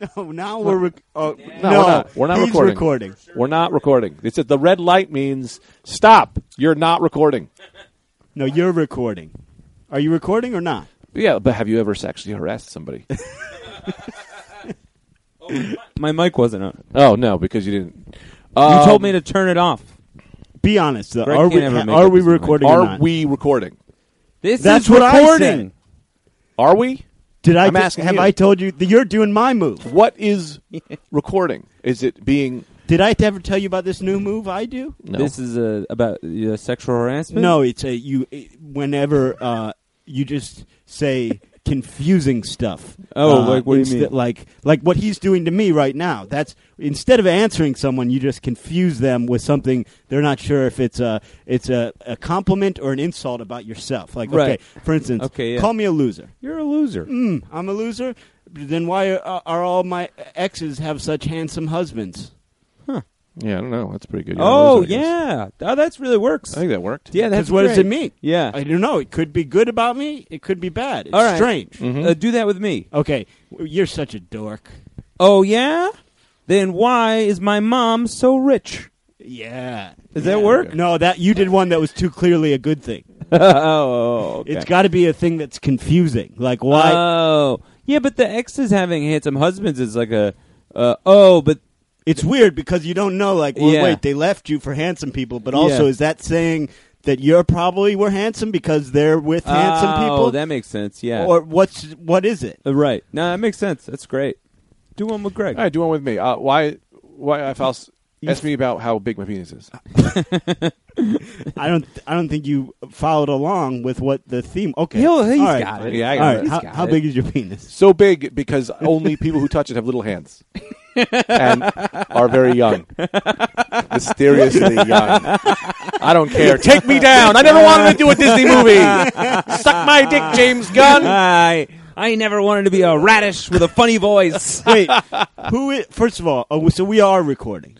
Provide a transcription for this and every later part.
No, now we're rec- oh, no, No, we're not. We're not he's recording. recording. We're not recording. It's the red light means stop. You're not recording. No, you're recording. Are you recording or not? Yeah, but have you ever sexually harassed somebody? My mic wasn't on. oh no, because you didn't. You Um, told me to turn it off. Be honest. Though. Greg Are can't we ever make are up we his mind. recording? or Are not? we recording? This That's is what I recording. Are we? Did I I'm just- asking have you. I told you that you're doing my move? What is recording? Is it being? Did I ever tell you about this new move I do? No. This is uh, about uh, sexual harassment. No, it's a you. It, whenever uh, you just say confusing stuff. Oh, uh, like what do you insta- mean? Like like what he's doing to me right now. That's instead of answering someone, you just confuse them with something they're not sure if it's a it's a, a compliment or an insult about yourself. Like Right. okay, for instance, Okay, yeah. call me a loser. you're a loser. Mm, I'm a loser. Then why are, are all my exes have such handsome husbands? yeah, I don't know. That's pretty good. You're oh on those, I guess. yeah, oh, that's really works. I think that worked. yeah, that's Because what does great. it mean? Yeah. I don't know. It could be good about me. It could be bad. It's All right. strange. Uh, do that with me. Okay, you're such a dork. Oh yeah. Then why is my mom so rich? Yeah. Does that work? No, that you did one that was too clearly a good thing. oh, okay. It's got to be a thing that's confusing. Like why? Oh, yeah, but the exes having handsome husbands is like a. Uh, oh, but it's weird because you don't know. Like, well, Yeah. wait, they left you for handsome people, but also Yeah. is that saying that you're probably were handsome because they're with handsome oh, people? that makes sense. Yeah. Or what's what is it? Uh, right. No, that makes sense. That's great. Do one with Greg. All right, do one with me. Uh, why? Why? If Faust ask me about how big my penis is. I don't I don't think you followed along with what the theme. Okay, He'll- he's All right. got it. Yeah, I got All it. right, He's how, got how it. big is your penis? So big because only people who touch it have little hands and are very young, mysteriously young. I don't care. Take me down. I never wanted to do a Disney movie. Suck my dick, James Gunn. I I never wanted to be a radish with a funny voice. Wait, who? Is, first of all, oh, so we are recording.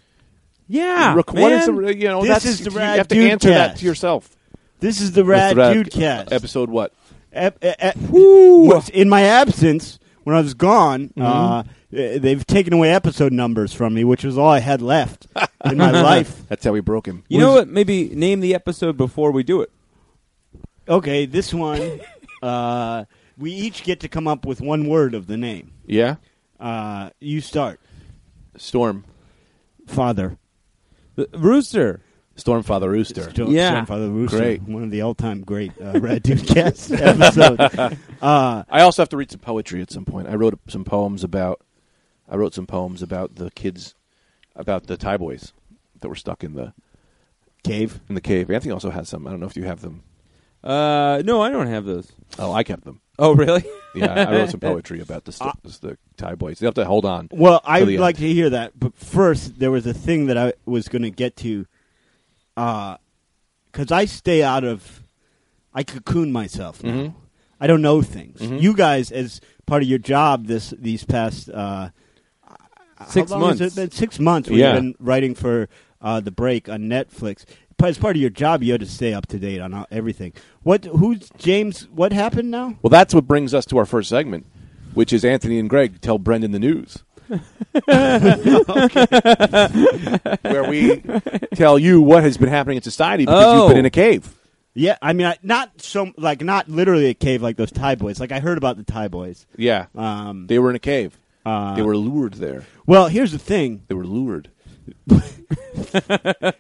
yeah, Rec- what is man. the- you know, Ah, This that's, is the you Rad have to Dude answer that Cast. to yourself. This is the That's Rad, the Rad Dude Cast. Episode what? Ep- e- e- was in my absence, when I was gone, Mm-hmm. uh, eh, they've taken away episode numbers from me, which was all I had left in my life. That's how we broke him. you know what? Maybe name the episode before we do it. Okay, this one, uh, we each get to come up with one word of the name. Yeah? Uh, you start, Storm. Father. The- Rooster. Stormfather Rooster. Sto- Yeah. Stormfather Rooster, Great. one of the all-time great uh, Rad Dude Cast episodes. Uh, I also have to read some poetry at some point. I wrote some poems about. I wrote some poems about the kids, about the Thai boys that were stuck in the cave. in the cave. Anthony also has some. I don't know if you have them. Uh, no, I don't have those. Oh, I kept them. Oh, really? Yeah, I I wrote some poetry about the st- the Thai boys. You have to hold on. Well, till I'd the end. like to hear that, but first there was a thing that I was going to get to, because I stay out of, I cocoon myself. Now. Mhm. I don't know things. You guys, as part of your job, this these past uh, Six how long has months. it been? six months. We've Yeah. been writing for uh, the break on Netflix. Pa- As part of your job, you had to stay up to date on uh, everything. What? Who's James? What happened now? Well, that's what brings us to our first segment, which is Anthony and Greg tell Brendan the news. Where we tell you what has been happening in society because Oh. you've been in a cave. Yeah, I mean, I, not so like not literally a cave like those Thai boys. Like I heard about the Thai boys. Yeah, Um, they were in a cave. Uh, they were lured there. Well, here's the thing. They were lured.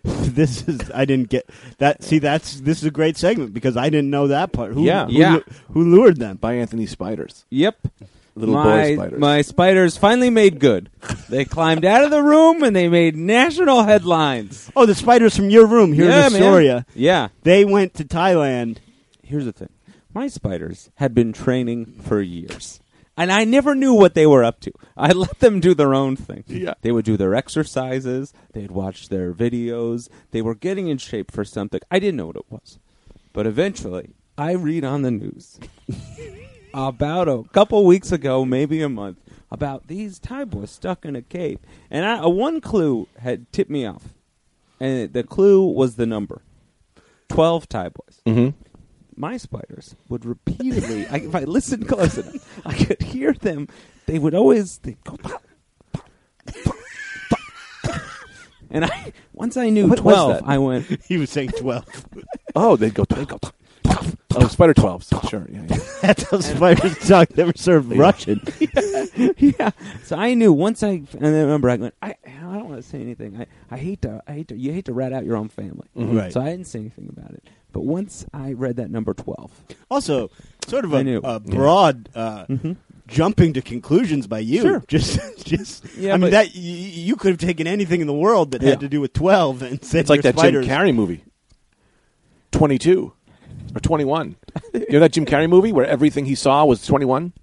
This is I didn't get that. See, that's this is a great segment because I didn't know that part. Who, Yeah. who, Yeah. lu- Who lured them? by Anthony Spiders. Yep. Little my, boy spiders. My spiders finally made good. They climbed out of the room and they made national headlines. Oh, the spiders from your room here yeah, in man. Astoria. Yeah. They went to Thailand. Here's the thing. My spiders had been training for years. And I never knew what they were up to. I let them do their own thing. Yeah. They would do their exercises, they'd watch their videos, they were getting in shape for something. I didn't know what it was. But eventually, I read on the news about a couple weeks ago, maybe a month, about these Thai boys stuck in a cave. And I, uh, one clue had tipped me off. And the clue was the number 12 Thai boys. Mm-hmm. My spiders would repeatedly, I, if I listened close enough, I could hear them. They would always they'd go, "Bah, And I once I knew What was twelve, that? I went. He was saying twelve. Oh, they'd go. They'd go oh, Spider 12s. Sure. Yeah, yeah. That's how spiders talk. They were served Russian. yeah. So I knew once I and then remember I went. I, I don't want to say anything. I, I hate to. I hate to. You hate to rat out your own family. Right. So I didn't say anything about it. But once I read that number twelve, Also, sort of I knew. Mm-hmm. a, a broad uh, jumping to conclusions by you. Sure. Just, just. Yeah, I mean, but- that you, you could have taken anything in the world that Yeah. had to do with twelve and said It's like you're that spiders. Jim Carrey movie. 22 or 21. you know that Jim Carrey movie where everything he saw was 21,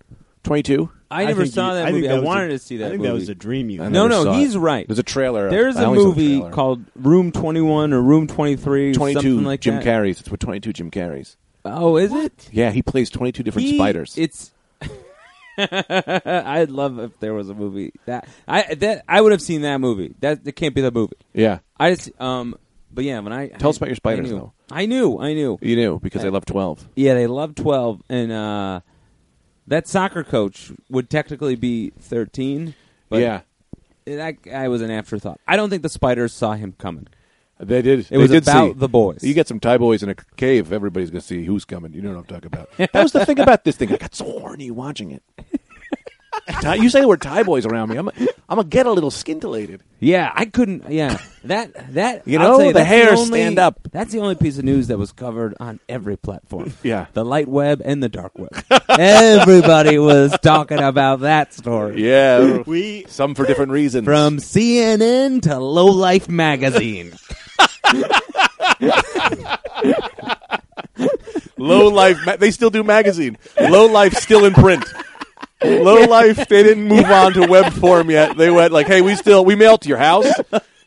22? I never think saw you- that I think movie. I was a- wanted to see that. I think movie. that was a dream you. I had. No, never no, saw he's it. right. There's a trailer. There's I a only saw the movie trailer. called Room Twenty One or Room Twenty Three, 22 something like Jim that. Carrey's. It's with 22 Jim Carrey's. Oh, is it? Yeah, he plays 22 different He- spiders. It's. I'd love if there was a movie that I that I would have seen that movie. That it can't be the movie. yeah. I just um, but yeah, when I Tell us about your spiders, I knew, though. I knew, I knew. You knew because I, love 12. Yeah, they love twelve, and uh, that soccer coach would technically be thirteen. But yeah. that guy was an afterthought. I don't think the spiders saw him coming. They did. It they was did about see. the boys. You get some Thai boys in a cave, everybody's going to see who's coming. You know what I'm talking about. that was the thing about this thing. I got so horny watching it. Thai, you say the word Thai boys around me. I'm going to get a little scintillated. Yeah, I couldn't. Yeah, that that You I'll know, tell you, the that's hairs only- stand up. That's the only piece of news that was covered on every platform. Yeah. the light web and the dark web. Everybody was talking about that story. Yeah. We some for different reasons. From CNN to Low Life magazine. Low Life, ma- they still do magazine. Low Life still in print. Low Life, they didn't move on to web form yet. They went like, "Hey, we still we mail to your house.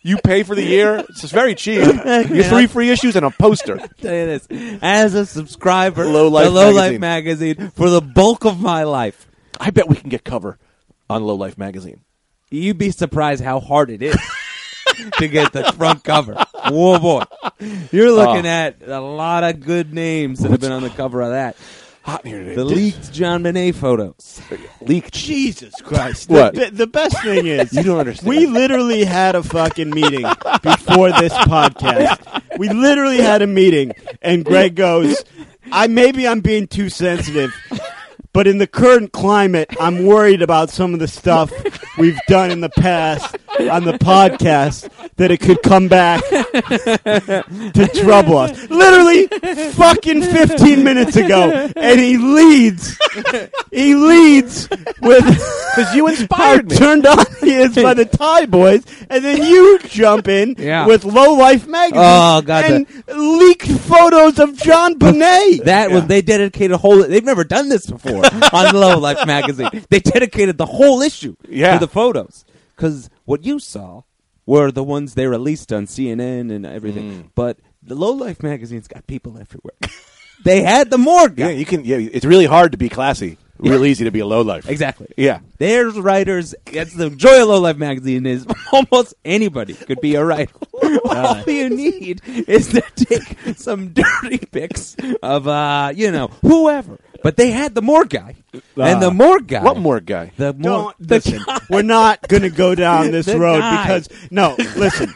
You pay for the year. It's just very cheap. You three free issues and a poster." tell you this, as a subscriber Low Life to Low Life magazine. magazine for the bulk of my life, I bet we can get cover on Low Life magazine. you'd be surprised how hard it is to get the front cover. Whoa, boy. You're looking Oh. at a lot of good names that have been on the cover of that. Hot in here today. The leaked John Bonet photos. leaked. Jesus Christ. What? The, the best thing is You don't understand. We literally had a fucking meeting before this podcast. We literally had a meeting, and Greg goes, "I maybe I'm being too sensitive, but in the current climate, I'm worried about some of the stuff we've done in the past on the podcast that it could come back to trouble us." Literally, fucking 15 minutes ago, and he leads. He leads with. Because you inspired me. How turned on he is by the Thai boys, and then you jump in Yeah. with Low Life magazine Oh, God, and leaked photos of John Bonet. That was they dedicated a whole. They've never done this before on Low Life magazine. They dedicated the whole issue Yeah. to the photos because what you saw were the ones they released on CNN and Mm. everything. But the Low Life magazine's got people everywhere. they had the morgue. Yeah, guy. you can. Yeah, it's really hard to be classy. Real easy to be a low life. exactly. Yeah. There's writers. That's the joy of Low Life magazine is almost anybody could be a writer. All you need is to take some dirty pics of uh, you know, whoever. But they had the Moore guy, and the Moore guy. What more guy? The Moore. Don't The listen. We're not going to go down this The road guy. because no, listen.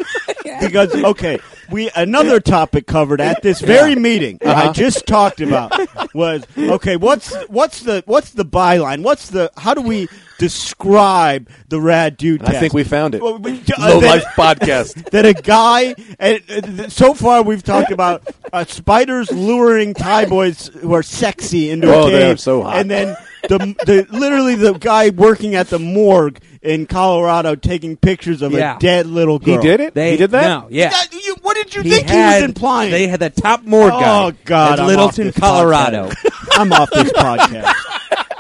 Because okay, we another topic covered at this very meeting that I just talked about was okay. What's what's the what's the byline? What's the how do we describe the rad dude? I think test? we found it. Well, we- uh, Low then- Life podcast. that a guy and uh, th- so far we've talked about uh, spiders luring Thai boys who are sexy into a Oh, cave, they are so hot. and then the, the literally the guy working at the morgue in Colorado taking pictures of Yeah. a dead little He girl. did it. They he did that. No, yeah. That- you- what did you He think he had- was implying? They had the top Moore guy. oh God, in I'm off Littleton, this Colorado. podcast. I'm off this podcast.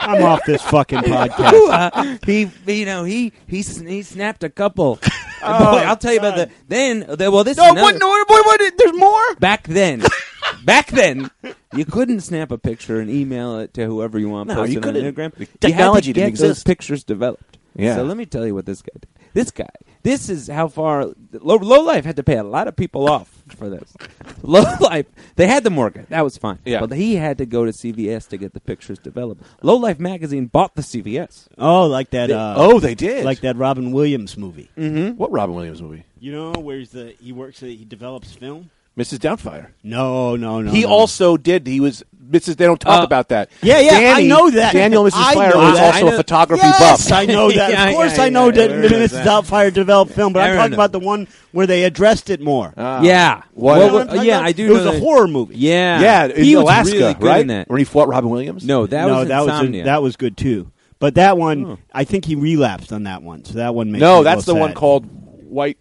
I'm off this fucking Who, podcast. uh, he, you know, he he sn- he snapped a couple. Boy, I'll tell you about the God. then. The, well, this is No, another- what, no, what, what- there's more. back then. back then, you couldn't snap a picture and email it to whoever you want. No, post you it on couldn't. Instagram. The You had to technology didn't get those exist. pictures developed. Yeah. So let me tell you what this guy did. This guy. This is how far low, low life had to pay a lot of people off for this. Low Life, they had the Morgan. That was fine. Yeah. But he had to go to CVS to get the pictures developed. Low Life magazine bought the CVS. Oh, like that. Uh, oh, they did. like that Robin Williams movie. What Robin Williams movie? You know, where's the he works. At, he develops film. Mrs. Doubtfire. No, no, no. he no. also did. He was Mrs. They don't talk Uh, about that. Uh-huh. Yeah, yeah, Danny- I know that. Daniel Mrs. I Fire know was that. also I a know- photography Yes, buff. I know that. Yeah, of course, yeah, I know yeah, that yeah, yeah. Mrs. Doubtfire developed film, but I I'm talking know. about the one where they addressed it more. Ah. yeah. What- You Well, know what I'm talking yeah, about? I do It know was a that- horror movie. Yeah. Yeah, in he was Alaska, really good right? in that. Where he fought Robin Williams. No, that no, was that was Insomnia. Oh. that was good too. But that one, I think he relapsed on that one, so that one makes me a no, little that's the one sad. called White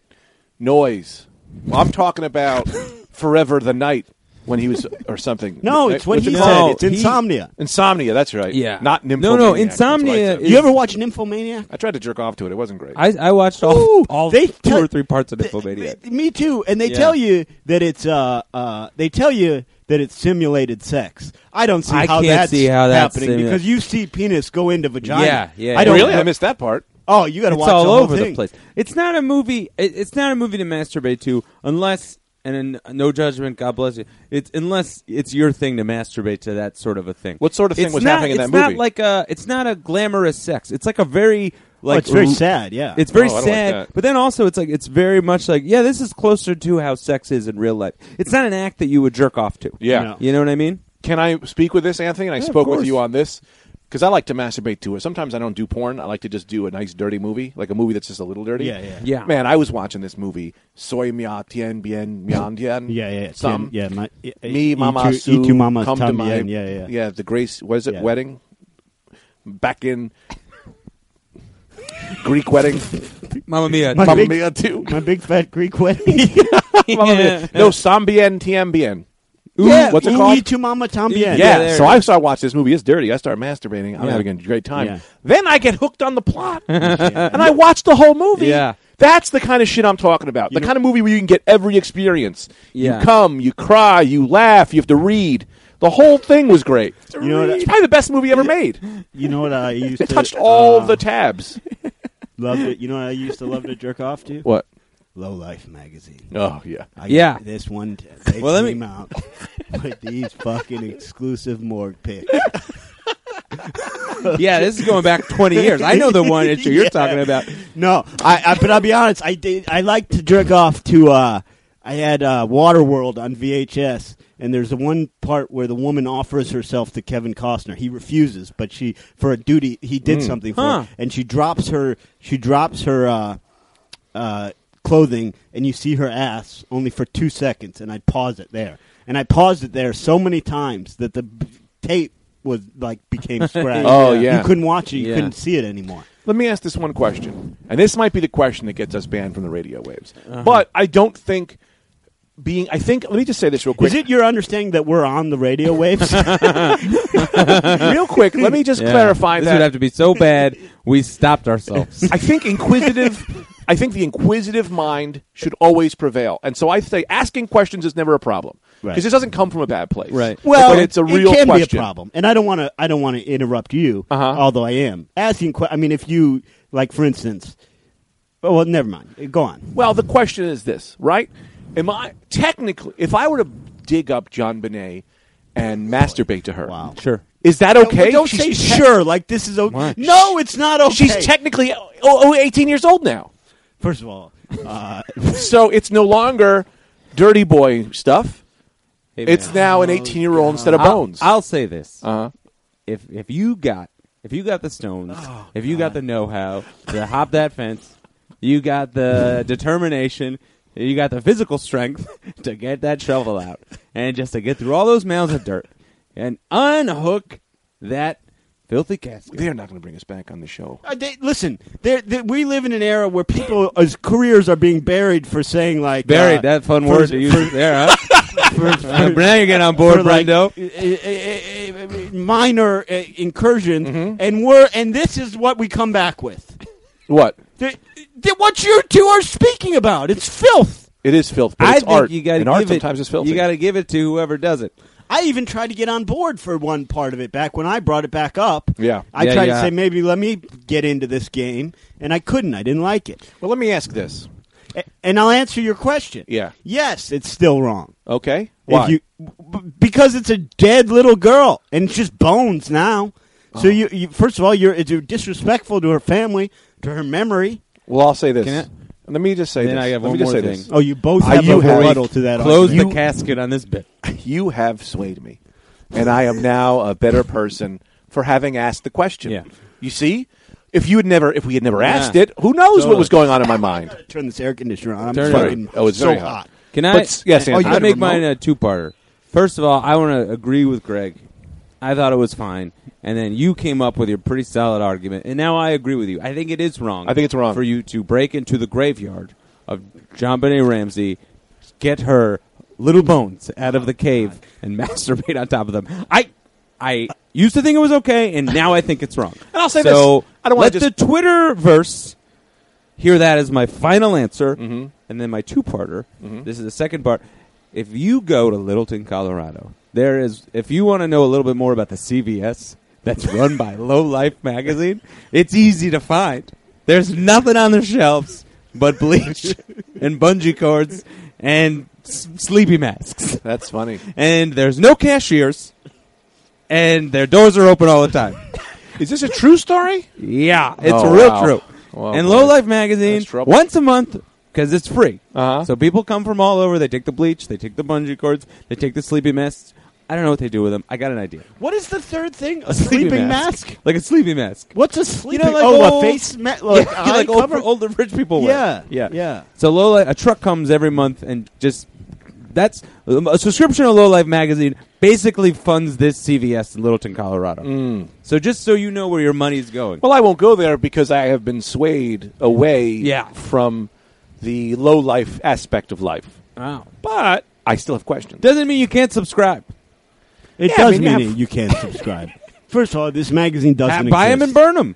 Noise. I'm talking about Forever the Night when he was or something. No, Right? it's what What's he it said. called? it's No, he- insomnia. Insomnia. That's right. Yeah. not No, no, Nymphomaniac. that's what I Insomnia said. is- you ever watch Nymphomaniac? I tried to jerk off to it. It wasn't great. I, I watched all, Ooh, all they two tell- or three parts of Th- Nymphomaniac. th- me too. And they Yeah. tell you that it's uh uh they tell you that it's simulated sex. I don't see I how can't that's see how that's happening simu- because you see penis go into vagina. Yeah, yeah, I don't really, know- I missed that part. Oh, you got to It's watch all the whole over thing. the place. It's not a movie. It, it's not a movie to masturbate to, unless and in, no judgment. God bless you. It's unless it's your thing to masturbate to that sort of a thing. What sort of thing It's was not- happening in it's that not movie? Like a, it's not a glamorous sex. It's like a very Oh, like it's very r- sad. Yeah, It's very Oh, I don't like sad, that. but then also it's like it's very much like yeah, this is closer to how sex is in real life. It's not an act that you would jerk off to. Yeah. No. you know what I mean. Can I speak with this, Anthony? And I Yeah, of spoke with course. you on this because I like to masturbate to it. Sometimes I don't do porn. I like to just do a nice dirty movie, like a movie that's just a little dirty. Yeah, yeah. Yeah. Man, I was watching this movie. Soy mia tien bien mian dien. yeah, yeah, yeah. Some. yeah, my, yeah, E Me, eat mama, your- Sue, eat your mama's come to tummy my in. Yeah, yeah, yeah. The Grace was it Yeah. wedding? Back in Greek wedding. Mamma mia. My Mamma big- mia too. My big fat Greek wedding. Mamma mia. No, sambien tien bien. yeah, what's it ooh, called? Eat your E mama tummy in. yeah. there so it I start watching this movie. It's dirty. I start masturbating. I'm Yeah. having a great time. Yeah. Then I get hooked on the plot, and I watch the whole movie. Yeah. That's the kind of shit I'm talking about. The know- kind of movie where you can get every experience. Yeah. You come, you cry, you laugh, you have to read. The whole thing was great. You know what I- it's probably the best movie ever made. You know what I used It to touched all uh, the tabs. loved it. You know what I used to love to jerk off to? What? Low Life magazine. Oh yeah. I, Yeah. this one. t- They Well, let me- came out with these fucking exclusive morgue pics. yeah, this is going back 20 years. I know the one that you're talking about. No, I, I. But I'll be honest. I did. I like to jerk off to. uh I had uh, Waterworld on VHS, and there's the one part where the woman offers herself to Kevin Costner. He refuses, but she for a duty he did something for, Mm. Huh. her, and she drops her. She drops her. uh uh, clothing and you see her ass only for two seconds, and I'd pause it there. And I paused it there so many times that the b- tape was like became scratched. Oh, yeah. you couldn't watch it, you Yeah. couldn't see it anymore. Let me ask this one question, and this might be the question that gets us banned from the radio waves. But I don't think being. I think. Let me just say this real quick. Is it your understanding that we're on the radio waves? real quick, let me just Yeah. clarify this that. would have to be so bad we stopped ourselves. I think inquisitive. I think the inquisitive mind should always prevail, and so I say asking questions is never a problem because Right. it doesn't come from a bad place. Right. well, but it's a real it can question. be a problem, and I don't want to. I don't want to interrupt you, Uh-huh. although I am asking. Que- I mean, if you like, for instance, oh, well, never mind. Go on. Well, the question is this, right? Am I technically, if I were to dig up John Bonet and masturbate to her, Wow. sure. is that okay? Don't, don't She's say te- sure. Like this is okay. What? No, it's not okay. She's technically oh, oh, 18 years old now. First of all, uh, so it's no longer dirty boy stuff. It's now an 18 year old instead of bones. I'll, I'll say this: uh-huh. if if you got if you got the stones, Oh, if you got the know-how to hop that fence, you got the determination, you got the physical strength to get that shovel out, and just to get through all those mounds of dirt and unhook that filthy casket. They're not going to bring us back on the show. uh, they, listen, they're, they we live in an era where people as careers are being buried for saying like Buried uh, that fun for- word to use there, huh? for- for- Uh, now you're getting on board, for, like, Brendo. eh, eh, eh, eh, eh, minor uh, incursions, and we're and this is what we come back with. What? Th- th- what you two are speaking about? It's filth. It is filth. But I it's think art. you got to and give art it. sometimes is filthy. You got to give it to whoever does it. I even tried to get on board for one part of it back when I brought it back up. Yeah. I Yeah, tried yeah. to say maybe let me get into this game, and I couldn't. I didn't like it. Well, let me ask this. A- And I'll answer your question. Yeah. Yes, it's still wrong. Okay. Why? If you b- because it's a dead little girl and it's just bones now. So Oh. you, you first of all you're, you're disrespectful to her family, to her memory. well, I'll say this. Can Let me just say Then this. I have Let one me just more say thing. this. Oh, you both Are have a you rebuttal Harry? to that. Close argument. the casket on this bit. you have swayed me, and I am now a better person for having asked the question. Yeah. You see, if you had never, if we had never Yeah. asked it, who knows Totally. what was going on in my mind? Turn this air conditioner on. I'm Turn it on. fucking Oh, it's so very hot. hot. Can I? But s- yes, I, Anthony. I make You got a mine a two-parter. First of all, I want to agree with Greg. I thought it was fine, and then you came up with your pretty solid argument, and now I agree with you. I think it is wrong. I think it's wrong. for you to break into the graveyard of John Benet Ramsey, get her little bones out of the cave, and masturbate on top of them. I, I used to think it was okay, and now I think it's wrong. And I'll say so this. I don't wanna let just- the Twitter verse hear that as my final answer, and then my two-parter. This is the second part. If you go to Littleton, Colorado, there is. If you want to know a little bit more about the CVS that's run by Low Life magazine, it's easy to find. There's nothing on the shelves but bleach and bungee cords and s- sleepy masks That's funny. and there's no cashiers, and their doors are open all the time. Is this a true story? yeah, it's Oh, real wow. true. Wow, and boy. Low Life magazine That's trouble. once a month because it's free. Uh-huh. So people come from all over. They take the bleach, they take the bungee cords, they take the sleepy masks. I don't know what they do with them. I got an idea. What is the third thing? A sleeping sleeping mask. mask? Like a sleepy mask. What's a sleeping? like oh, old- a face mask. Like, yeah, eye like old, cover? older rich people wear. yeah, yeah, yeah. So low life, a truck comes every month and just that's a subscription to Low Life magazine basically funds this CVS in Littleton, Colorado. So just so you know where your money's going. Well, I won't go there because I have been swayed away Yeah. from the low life aspect of life. wow. But I still have questions. Doesn't mean you can't subscribe. It Yeah, I does mean, mean yeah. it- you can't subscribe. First of all, this magazine Ha- doesn't buy exist. them and burn them.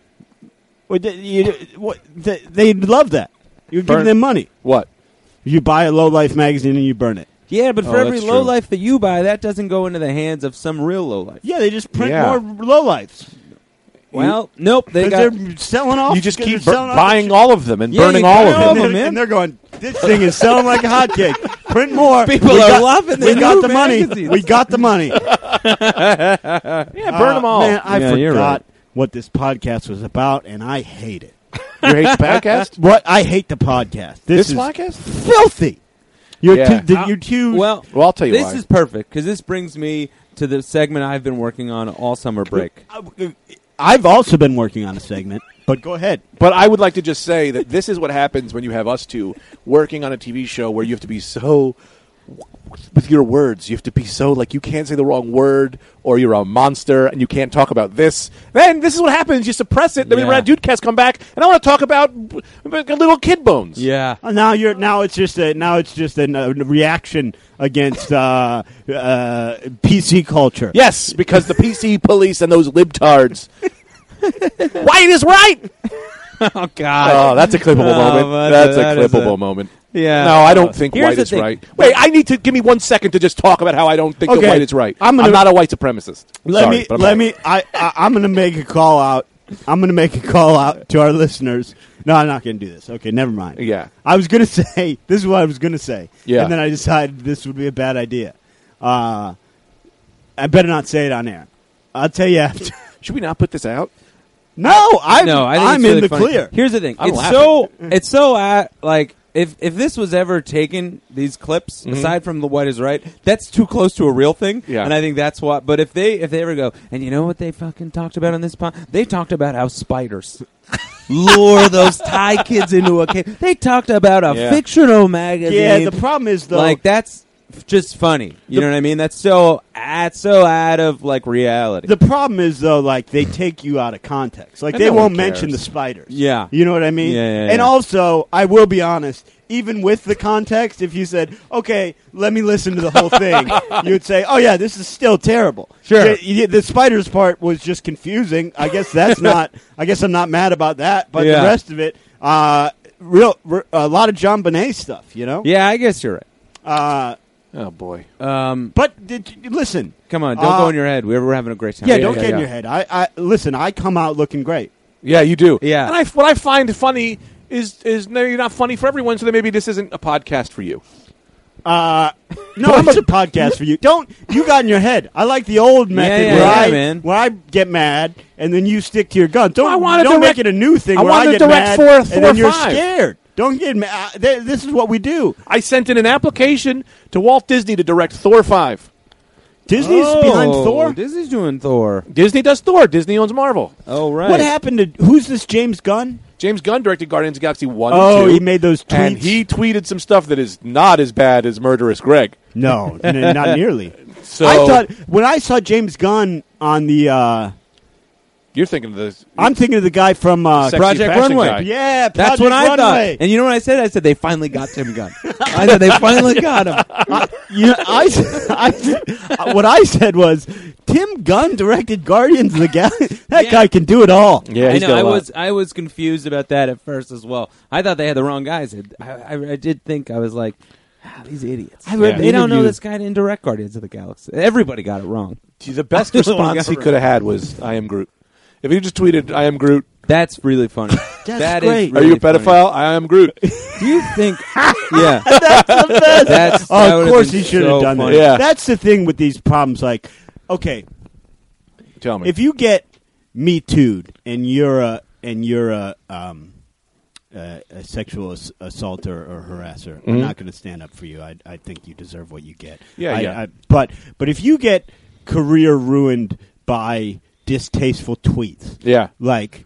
Well, they- you- what- they- They'd love that. You give Burn- them money. What? You buy a low life magazine and you burn it. Yeah, but for Oh, every that's low true. life that you buy, that doesn't go into the hands of some real low life. Yeah, they just print Yeah. more low lives. Well, nope, they got are selling off. You just 'cause keep they're bur- selling off buying the all of them and Yeah, burning you all got shit. of And them. all of they're, them, man. and they're going, this thing is selling like a hotcake. Print more. people we are got, loving We the got new the money. magazines. We got the money. Uh, Yeah, burn them all. Man, I Yeah, you're forgot right. what this podcast was about, and I hate it. You hate the podcast? What I hate the podcast. This, This, is podcast? filthy. You're Yeah. too. you're too. Well, Well, I'll tell you this why. is perfect because this brings me to the segment I've been working on all summer break. I've also been working on a segment, but go ahead. But I would like to just say that this is what happens when you have us two working on a TV show where you have to be so with your words. You have to be so like you can't say the wrong word or you're a monster and you can't talk about this. Then this is what happens. You suppress it. Then Yeah. we had Dudecast come back and I want to talk about b- b- little kid bones. Yeah. Uh, Now you're now it's just a now it's just a uh, reaction against uh, uh, PC culture. Yes, because the PC police and those libtards. White is right. Oh God. Oh, that's a clippable Oh, moment. but That's that a is clippable a- moment. Yeah. No, I don't think Here's white the is thing. right. Wait, I need to give me one second to just talk about how I don't think Okay. the white is right. I'm gonna- not a white supremacist. Let Sorry, me but I'm let not. me I, I I'm going to make a call out. I'm going to make a call out to our listeners. No, I'm not going to do this. Okay, never mind. Yeah. I was going to say this is what I was going to say. Yeah. And then I decided this would be a bad idea. Uh, I better not say it on air. I'll tell you after. Should we not put this out? no, I no, I think I'm it's really in the funny. clear. Here's the thing. I'm it's laughing. so it's so uh, like if if this was ever taken, these clips Mm-hmm. aside from the what is right, that's too close to a real thing. Yeah. and I think that's why. But if they if they ever go, and you know what they fucking talked about on this pod, they talked about how spiders. Lure those Thai kids into a cave. They talked about a Yeah. fictional magazine. yeah, the problem is though like that's f- just funny. You know what I mean? That's so that's so out of like reality. The problem is though, like they take you out of context. Like And they no one won't mention the cares. spiders. Yeah. you know what I mean. Yeah, yeah, and yeah. also, I will be honest. Even with the context, if you said, "Okay, let me listen to the whole thing," you would say, "Oh yeah, this is still terrible." Sure. The, y- the spiders part was just confusing. I guess that's not. I guess I'm not mad about that, but Yeah. the rest of it, uh, real r- a lot of John Bonet stuff. You know. yeah, I guess you're Uh, Oh boy. right. Um, but did, listen, Come on, don't go in your head. We're, we're having a great time. Uh, yeah, don't get in yeah. your head. I, I listen. I come out looking great. Yeah, you do. Yeah. And I, what I find funny is is no, you're not funny for everyone, so then maybe this isn't a podcast for you. Uh, no, it's a podcast for you. Don't you got in your head? I like the old method yeah, where yeah, I man. where I get mad and then you stick to your gun. Don't I want a don't direct- make it a new thing I where want I a get direct mad four- four and then you're five. scared. Don't get mad. Uh, th- This is what we do. I sent in an application to Walt Disney to direct Thor five. Disney's oh, behind Thor. Disney's doing Thor. Disney does Thor. Disney owns Marvel. Oh right. What happened to who's this James Gunn? James Gunn directed Guardians of the Galaxy one. Oh, and two, he made those tweets. and he tweeted some stuff that is not as bad as Murderous Greg. no, n- not nearly. So I thought when I saw James Gunn on the, uh, you're thinking of this. I'm thinking of the guy from uh, Sexy Project fashion Runway. guy. yeah, Project That's what I thought. Runway. And you know what I said? I said they finally got Tim Gunn. I said they finally got him. You know, I, s- I s- what I said was Tim Gunn directed Guardians of the Galaxy. That Yeah. guy can do it all. Yeah, I he's know. got a I lot. was I was confused about that at first as well. I thought they had the wrong guys. I, I, I did think I was like, ah, these idiots. I read Yeah. the They don't know interview. this guy didn't direct Guardians of the Galaxy. Everybody got it wrong. the best I don't response he remember. could have had was "I am Groot." If he just tweeted "I am Groot," That's really funny. That's That is great. are you a really funny. pedophile? I am Groot. Do you think? yeah. That's the best. That's, that oh, would've of course been he should so have done funny. that. Yeah. That's the thing with these problems. Like, okay, Tell me. if you get Me Too'd and you're a and you're a um, a, a sexual ass- assaulter or harasser, Mm-hmm. I'm not going to stand up for you. I, I think you deserve what you get. Yeah, I, yeah. I, but but if you get career ruined by distasteful tweets, yeah, like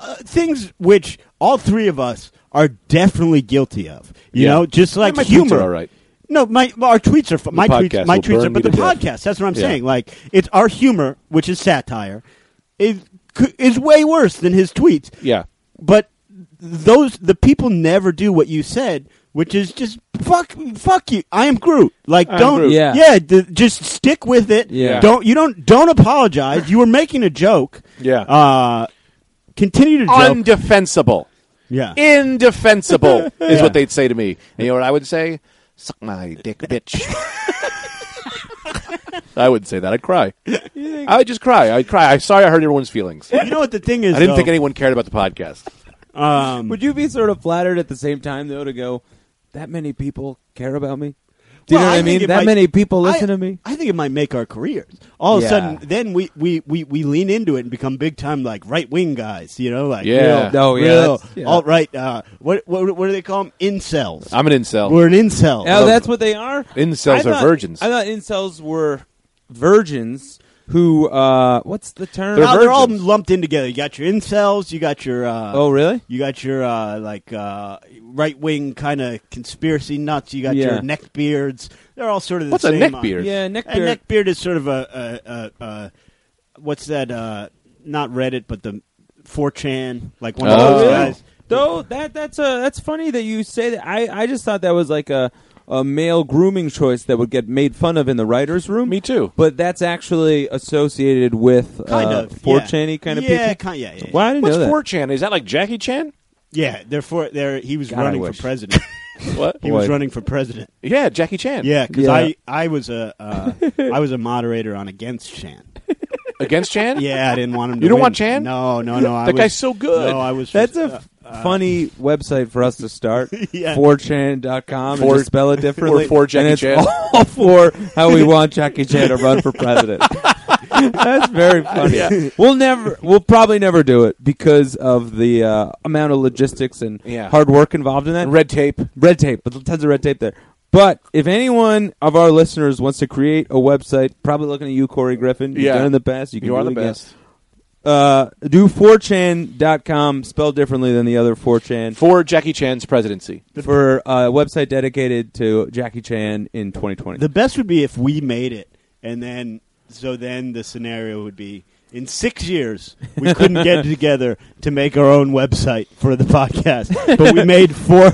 uh, things which all three of us are definitely guilty of. You Yeah. know, just like my tweets humor. are all right. No, my our tweets are fu- my podcast tweets. My will tweets burn are, but you the to death. podcast. That's what I'm Yeah. saying. Like it's our humor, which is satire, is c- is way worse than his tweets. yeah. But those the people never do what you said, which is just fuck fuck you. I am Groot. Like I am don't Groot. Yeah. yeah th- just stick with it. Yeah. Don't you don't don't apologize. You were making a joke. Yeah. Uh continue to joke. Undefensible. yeah. Indefensible is what they'd say to me. And you know what I would say? Suck my dick, bitch. I wouldn't say that. I'd cry. I would just cry. I'd cry. I'm sorry I hurt everyone's feelings. I you know what the thing is didn't though? think anyone cared about the podcast. um, Would you be sort of flattered at the same time though to go that many people care about me? Do you Well, know what I, think mean? it That might- many people listen I- to me. I think it might make our careers. All of Yeah. a sudden, then we, we, we, we lean into it and become big time like right wing guys. You know, like Yeah. real, Oh, yeah, real that's- yeah. alt right. Uh, what, what what do they call them? Incels. I'm an incel. We're an incel. Oh, that's what they are. Incels I are thought- virgins. I thought incels were virgins who. uh What's the term? now they're all virgins. lumped in together. You got your incels. You got your uh, oh, really? You got your uh, like uh, right wing kind of conspiracy nuts. You got Yeah. your neckbeards. They're all sort of the What's a same. uh, neckbeard? Yeah, neck A beard. neckbeard is sort of a, a, a, a what's that? Uh, not Reddit, but the 4chan, like one Oh, of those really? guys. Though that that's uh that's funny that you say that. I I just thought that was like a a male grooming choice that would get made fun of in the writers' room. Me too. But that's actually associated with Kind uh, of yeah. 4chan -y kind of yeah, people. Kind, yeah, yeah, yeah. Well, I didn't What's know that. 4chan? Is that like Jackie Chan? Yeah, they're for they're, he was God, I running for wish. president. What? he was Boy. running for president. Yeah, Jackie Chan. Yeah, because Yeah. I I was a uh, I was a moderator on Against Chan. Against Chan? Yeah, I didn't want him. to You don't win. want Chan? No, no, no. I That was- guy's so good. No, I was. uh, That's a f- uh, funny website for us to start. Yeah. 4chan.com Four- and just spell it differently. or for Jackie and it's Chan. all for how we want Jackie Chan to run for president. That's very funny. Yeah. We'll never, we'll probably never do it because of the uh, amount of logistics and Yeah. hard work involved in that. Red tape. Red tape, but tons of red tape there. But if anyone of our listeners wants to create a website, probably looking at you, Corey Griffin. You've Yeah. done it in the past. You, can You are the do it again best. uh, do 4chan.com spelled differently than the other 4chan For Jackie Chan's presidency. for a website dedicated to Jackie Chan in 2020. The best would be if we made it, and then so then the scenario would be in six years we couldn't get together to make our own website for the podcast, but we made four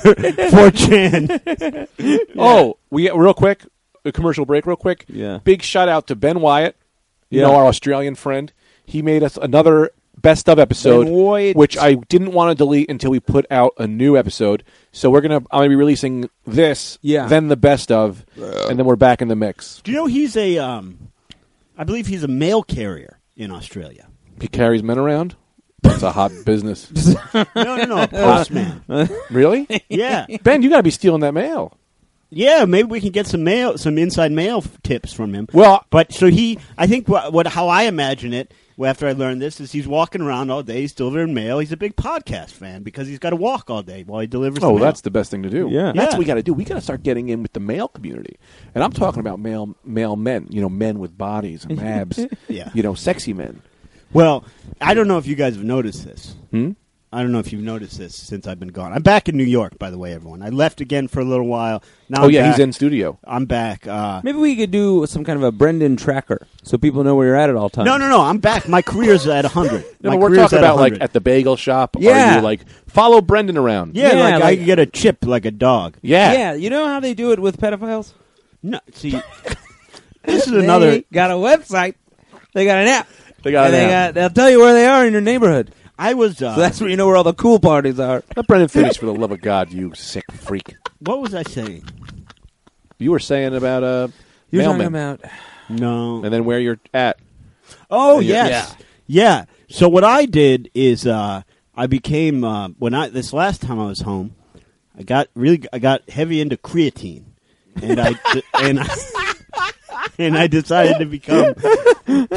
four chan. Oh, we real quick, a commercial break, real quick. Yeah. Big shout out to Ben Wyatt, you Yeah. know our Australian friend. He made us another best of episode, Ben Wyatt. which I didn't want to delete until we put out a new episode. So we're gonna, I'm gonna be releasing this, Yeah. then the best of, and then we're back in the mix. Do you know he's a? Um, I believe he's a mail carrier in Australia. He carries men around. That's a hot business. No, no, Uh, no. a Postman. really? yeah, Ben, you got to be stealing that mail. yeah. Maybe we can get some mail, some inside mail f- tips from him. Well, But so he, I think what, what how I imagine it well, after I learned this is he's walking around all day, he's delivering mail. He's a big podcast fan because he's got to walk all day while he delivers. the oh, mail. that's the best thing to do. Yeah. that's Yeah. what we got to do. We got to start getting in with the male community, and I'm talking about male male men. You know, men with bodies and abs. Yeah. you know, sexy men. well. I don't know if you guys have noticed this. Hmm? I don't know if you've noticed this since I've been gone. I'm back in New York, by the way, everyone. I left again for a little while. Now oh I'm yeah, back. he's in studio. I'm back. Uh, Maybe we could do some kind of a Brendan tracker so people know where you're at at all times. no, no, no. I'm back. My career's at 100. No, My but we're career's talking about like 100. at the bagel shop. Yeah. Are you like follow Brendan around? yeah, Yeah, like, I like- could get a chip like a dog. yeah. Yeah. you know how they do it with pedophiles? No, see, this is another. They got a website. They got an app. They got and an they app. got they'll tell you where they are in your neighborhood. I was. Uh, So that's where you know where all the cool parties are. Let Brendan finish for the love of God, you sick freak. what was I saying? You were saying about uh, You're mailmen, talking about No. and then where you're at. Oh And you- yes, yeah. So what I did is uh, I became uh, when I this last time I was home, I got really I got heavy into creatine, and I d- and I, and I decided to become.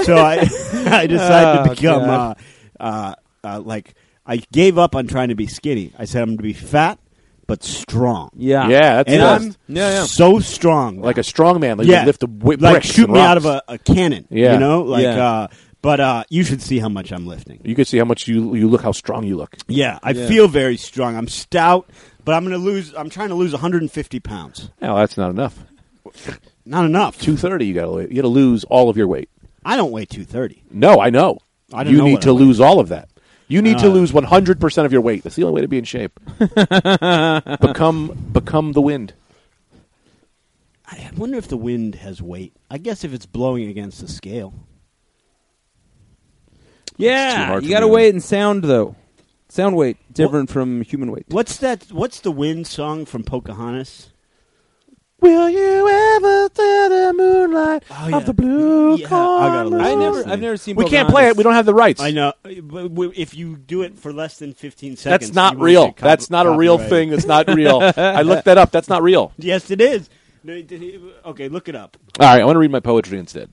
So I I decided to Oh, become uh, God. uh, uh, like I gave up on trying to be skinny. I said I'm going to be fat but strong. yeah, Yeah, that's Ah. And the I'm best. Yeah, yeah. so strong, like a strong man. Like you lift a wi- like bricks shoot and me out of rocks. a, a cannon. Yeah. you know, like. Yeah. Uh, but uh, you should see how much I'm lifting. You can see how much you you look, how strong you look. Yeah, I Yeah. feel very strong. I'm stout, but I'm going to lose. I'm trying to lose 150 pounds. No, that's not enough. Not enough. Two thirty, you got to you got to lose all of your weight. I don't weigh 230. No, I know. I don't you know need what to I weigh. lose all of that. You need to Uh, lose one hundred percent of your weight. That's the only way to be in shape. become become the wind. I wonder if the wind has weight. I guess if it's blowing against the scale. It's too yeah. hard You for got to me. weigh it in sound though. Sound weight different from human weight. What's that? What's the wind song from Pocahontas? Will you ever see the moonlight Oh, yeah. of the blue Yeah, I gotta listen. corners? I never, Honestly. I've never seen. We can't play it. We don't have the rights. I know. but w- If you do it for less than 15 seconds, That's not you won't real. get copy- That's not a real copyrighted. thing. That's not real. I looked that up. That's not real. Yes, it is. No, it- it- Okay, look it up. All right, I want to read my poetry instead.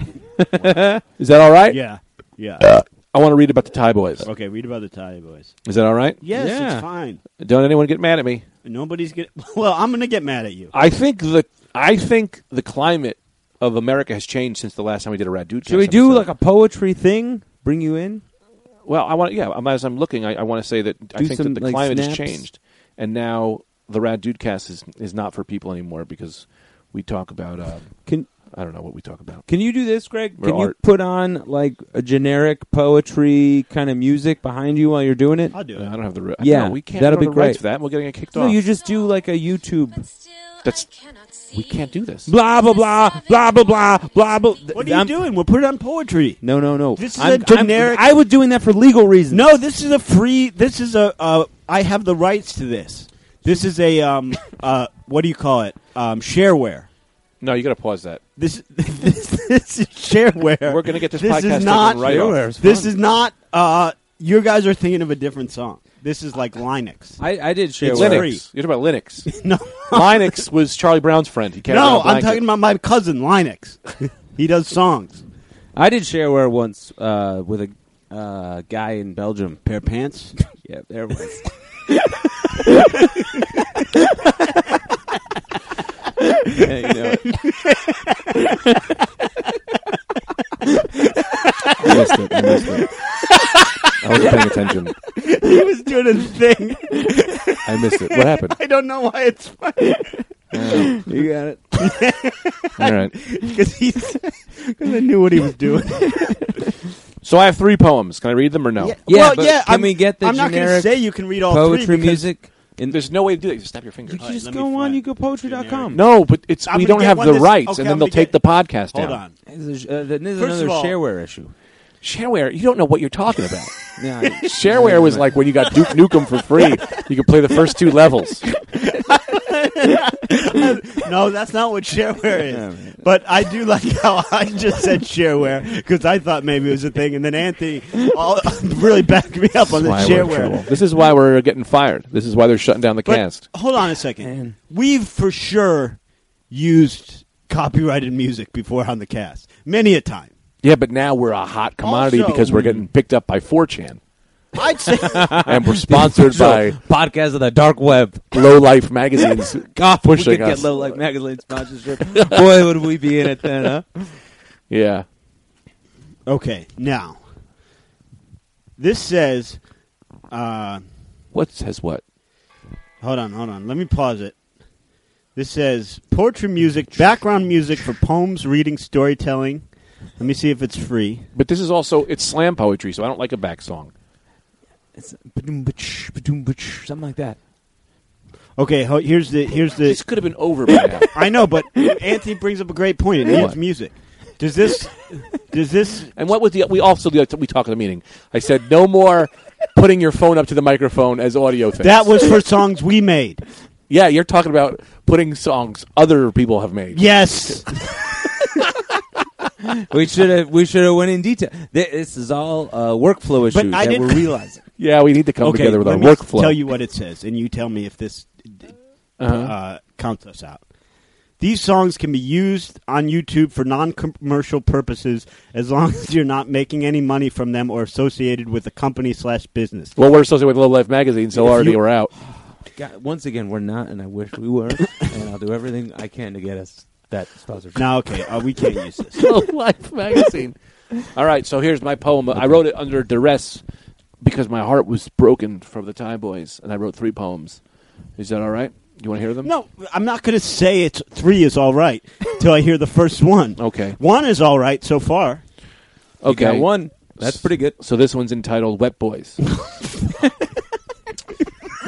Is that all right? Yeah, yeah. I want to read about the Thai boys. Okay, read about the Thai boys. Is that all right? Yes, Yeah. it's fine. Don't anyone get mad at me. Nobody's gonna. Well, I'm gonna get mad at you. I think the I think the climate of America has changed since the last time we did a Radu. Should we do like a poetry thing? Bring you in? Well, I want yeah. I'm- As I'm looking, I, I want to say that I Do think some, that the like, climate has snaps. changed, and now the Rad Dudecast is is not for people anymore because we talk about um, Can I don't know what we talk about. Can you do this, Greg? Or Can you art. put on like a generic poetry kind of music behind you while you're doing it? I'll do I it. don't have the ri- I Yeah, don't- we can't. that'll we be don't have the rights great. for that. and We're getting it kicked No, off. you just do like a YouTube. That's- That's we can't do this. Blah blah blah blah blah blah blah. blah. What are you I'm- doing? We'll put it on poetry. No, no, no. This is I'm- a generic- I'm, I was doing that for legal reasons. No, this is a free. This is a. Uh, I have the rights to this. This is a. Um, uh, what do you call it? Um, shareware. No, you got to pause that. This, this this is shareware. We're gonna get this podcast is taken not. right off. Shareware's This fun. is not. Uh, you guys are thinking of a different song. This is like Linux. I, I did share. It's with- Linux. free. You're talking about Linux. no, Linux was Charlie Brown's friend. He carried around no, a I'm blanket. talking about my cousin Linux. he does songs. I did shareware once uh, with a uh, guy in Belgium. Pair of pants. Yeah, there it was. Yeah, you know it. I missed it. I missed it. I wasn't paying attention. he was doing a thing. I missed it. What happened? I don't know why it's funny. You got it. All right. because he's because I knew what he was doing. So I have three poems. Can I read them or no? Yeah, Yeah, well, but yeah. can I'm, we get the I'm not going to generic say you can read all three Poetry, because music. In, There's no way to do that. You just snap your finger. you All right, just let go me on. find You go poetry.com. No, but it's I'm we gonna don't get have one the this- rights, okay, and then I'm they'll gonna take get- the podcast Hold down. on. There's, uh, then there's First another of all- shareware issue. Shareware, you don't know what you're talking about. Yeah, Shareware was like when you got Duke Nukem for free. You could play the first two levels. no, that's not what shareware is. But I do like how I just said shareware because I thought maybe it was a thing, and then Anthony all, really backed me up on the Why we're in trouble. shareware. This is why we're getting fired. This is why they're shutting down the But cast. hold on a second. Man. We've for sure used copyrighted music before on the cast many a time. Yeah, but now we're a hot commodity Also- because we're getting picked up by 4chan I'd say and we're sponsored by podcast of the dark web. Low Life magazines God, we pushing could us. get Little Like magazine sponsorship. Boy, would we be in it then, huh? yeah, okay. Now, this says. Uh, what says what? Hold on, hold on. Let me pause it. This says poetry music, background music for poems, reading, storytelling. Let me see if it's free. But this is also it's slam poetry, so I don't like a back song. It's ba-doom-ba-tsh, ba-doom-ba-tsh, something like that. Okay, ho- here's the here's the. This could have been over by now. I know, but Anthony brings up a great point. It needs What? music. Does this? Does this? And what was the we also the we talked in the meeting. I said no more putting your phone up to the microphone as audio things. That was for songs we made. yeah, you're talking about putting songs other people have made. Yes. We should have we should have went in detail. Th- This is all uh, workflow issues I that didn't- we're realizing. Yeah, we need to come Okay, together with our Let me workflow. Tell you what it says, and you tell me if this uh Uh-huh. counts us out. These songs can be used on YouTube for non-commercial purposes, as long as you're not making any money from them or associated with a company slash business. well, we're associated with Low Life magazine, so If already you- we're out. God, once again, we're not, and I wish we were. and I'll do everything I can to get us that sponsorship. Now, okay, uh, we can't use this. Low Life magazine. All right, so here's my poem. I wrote it under duress because my heart was broken from the Thai boys, and I wrote three poems. Is that all right? You want to hear them? No, I'm not going to say it's three is all right till I hear the first one. Okay. One is all right so far. You Okay. got one. That's pretty good. So this one's entitled Wet Boys.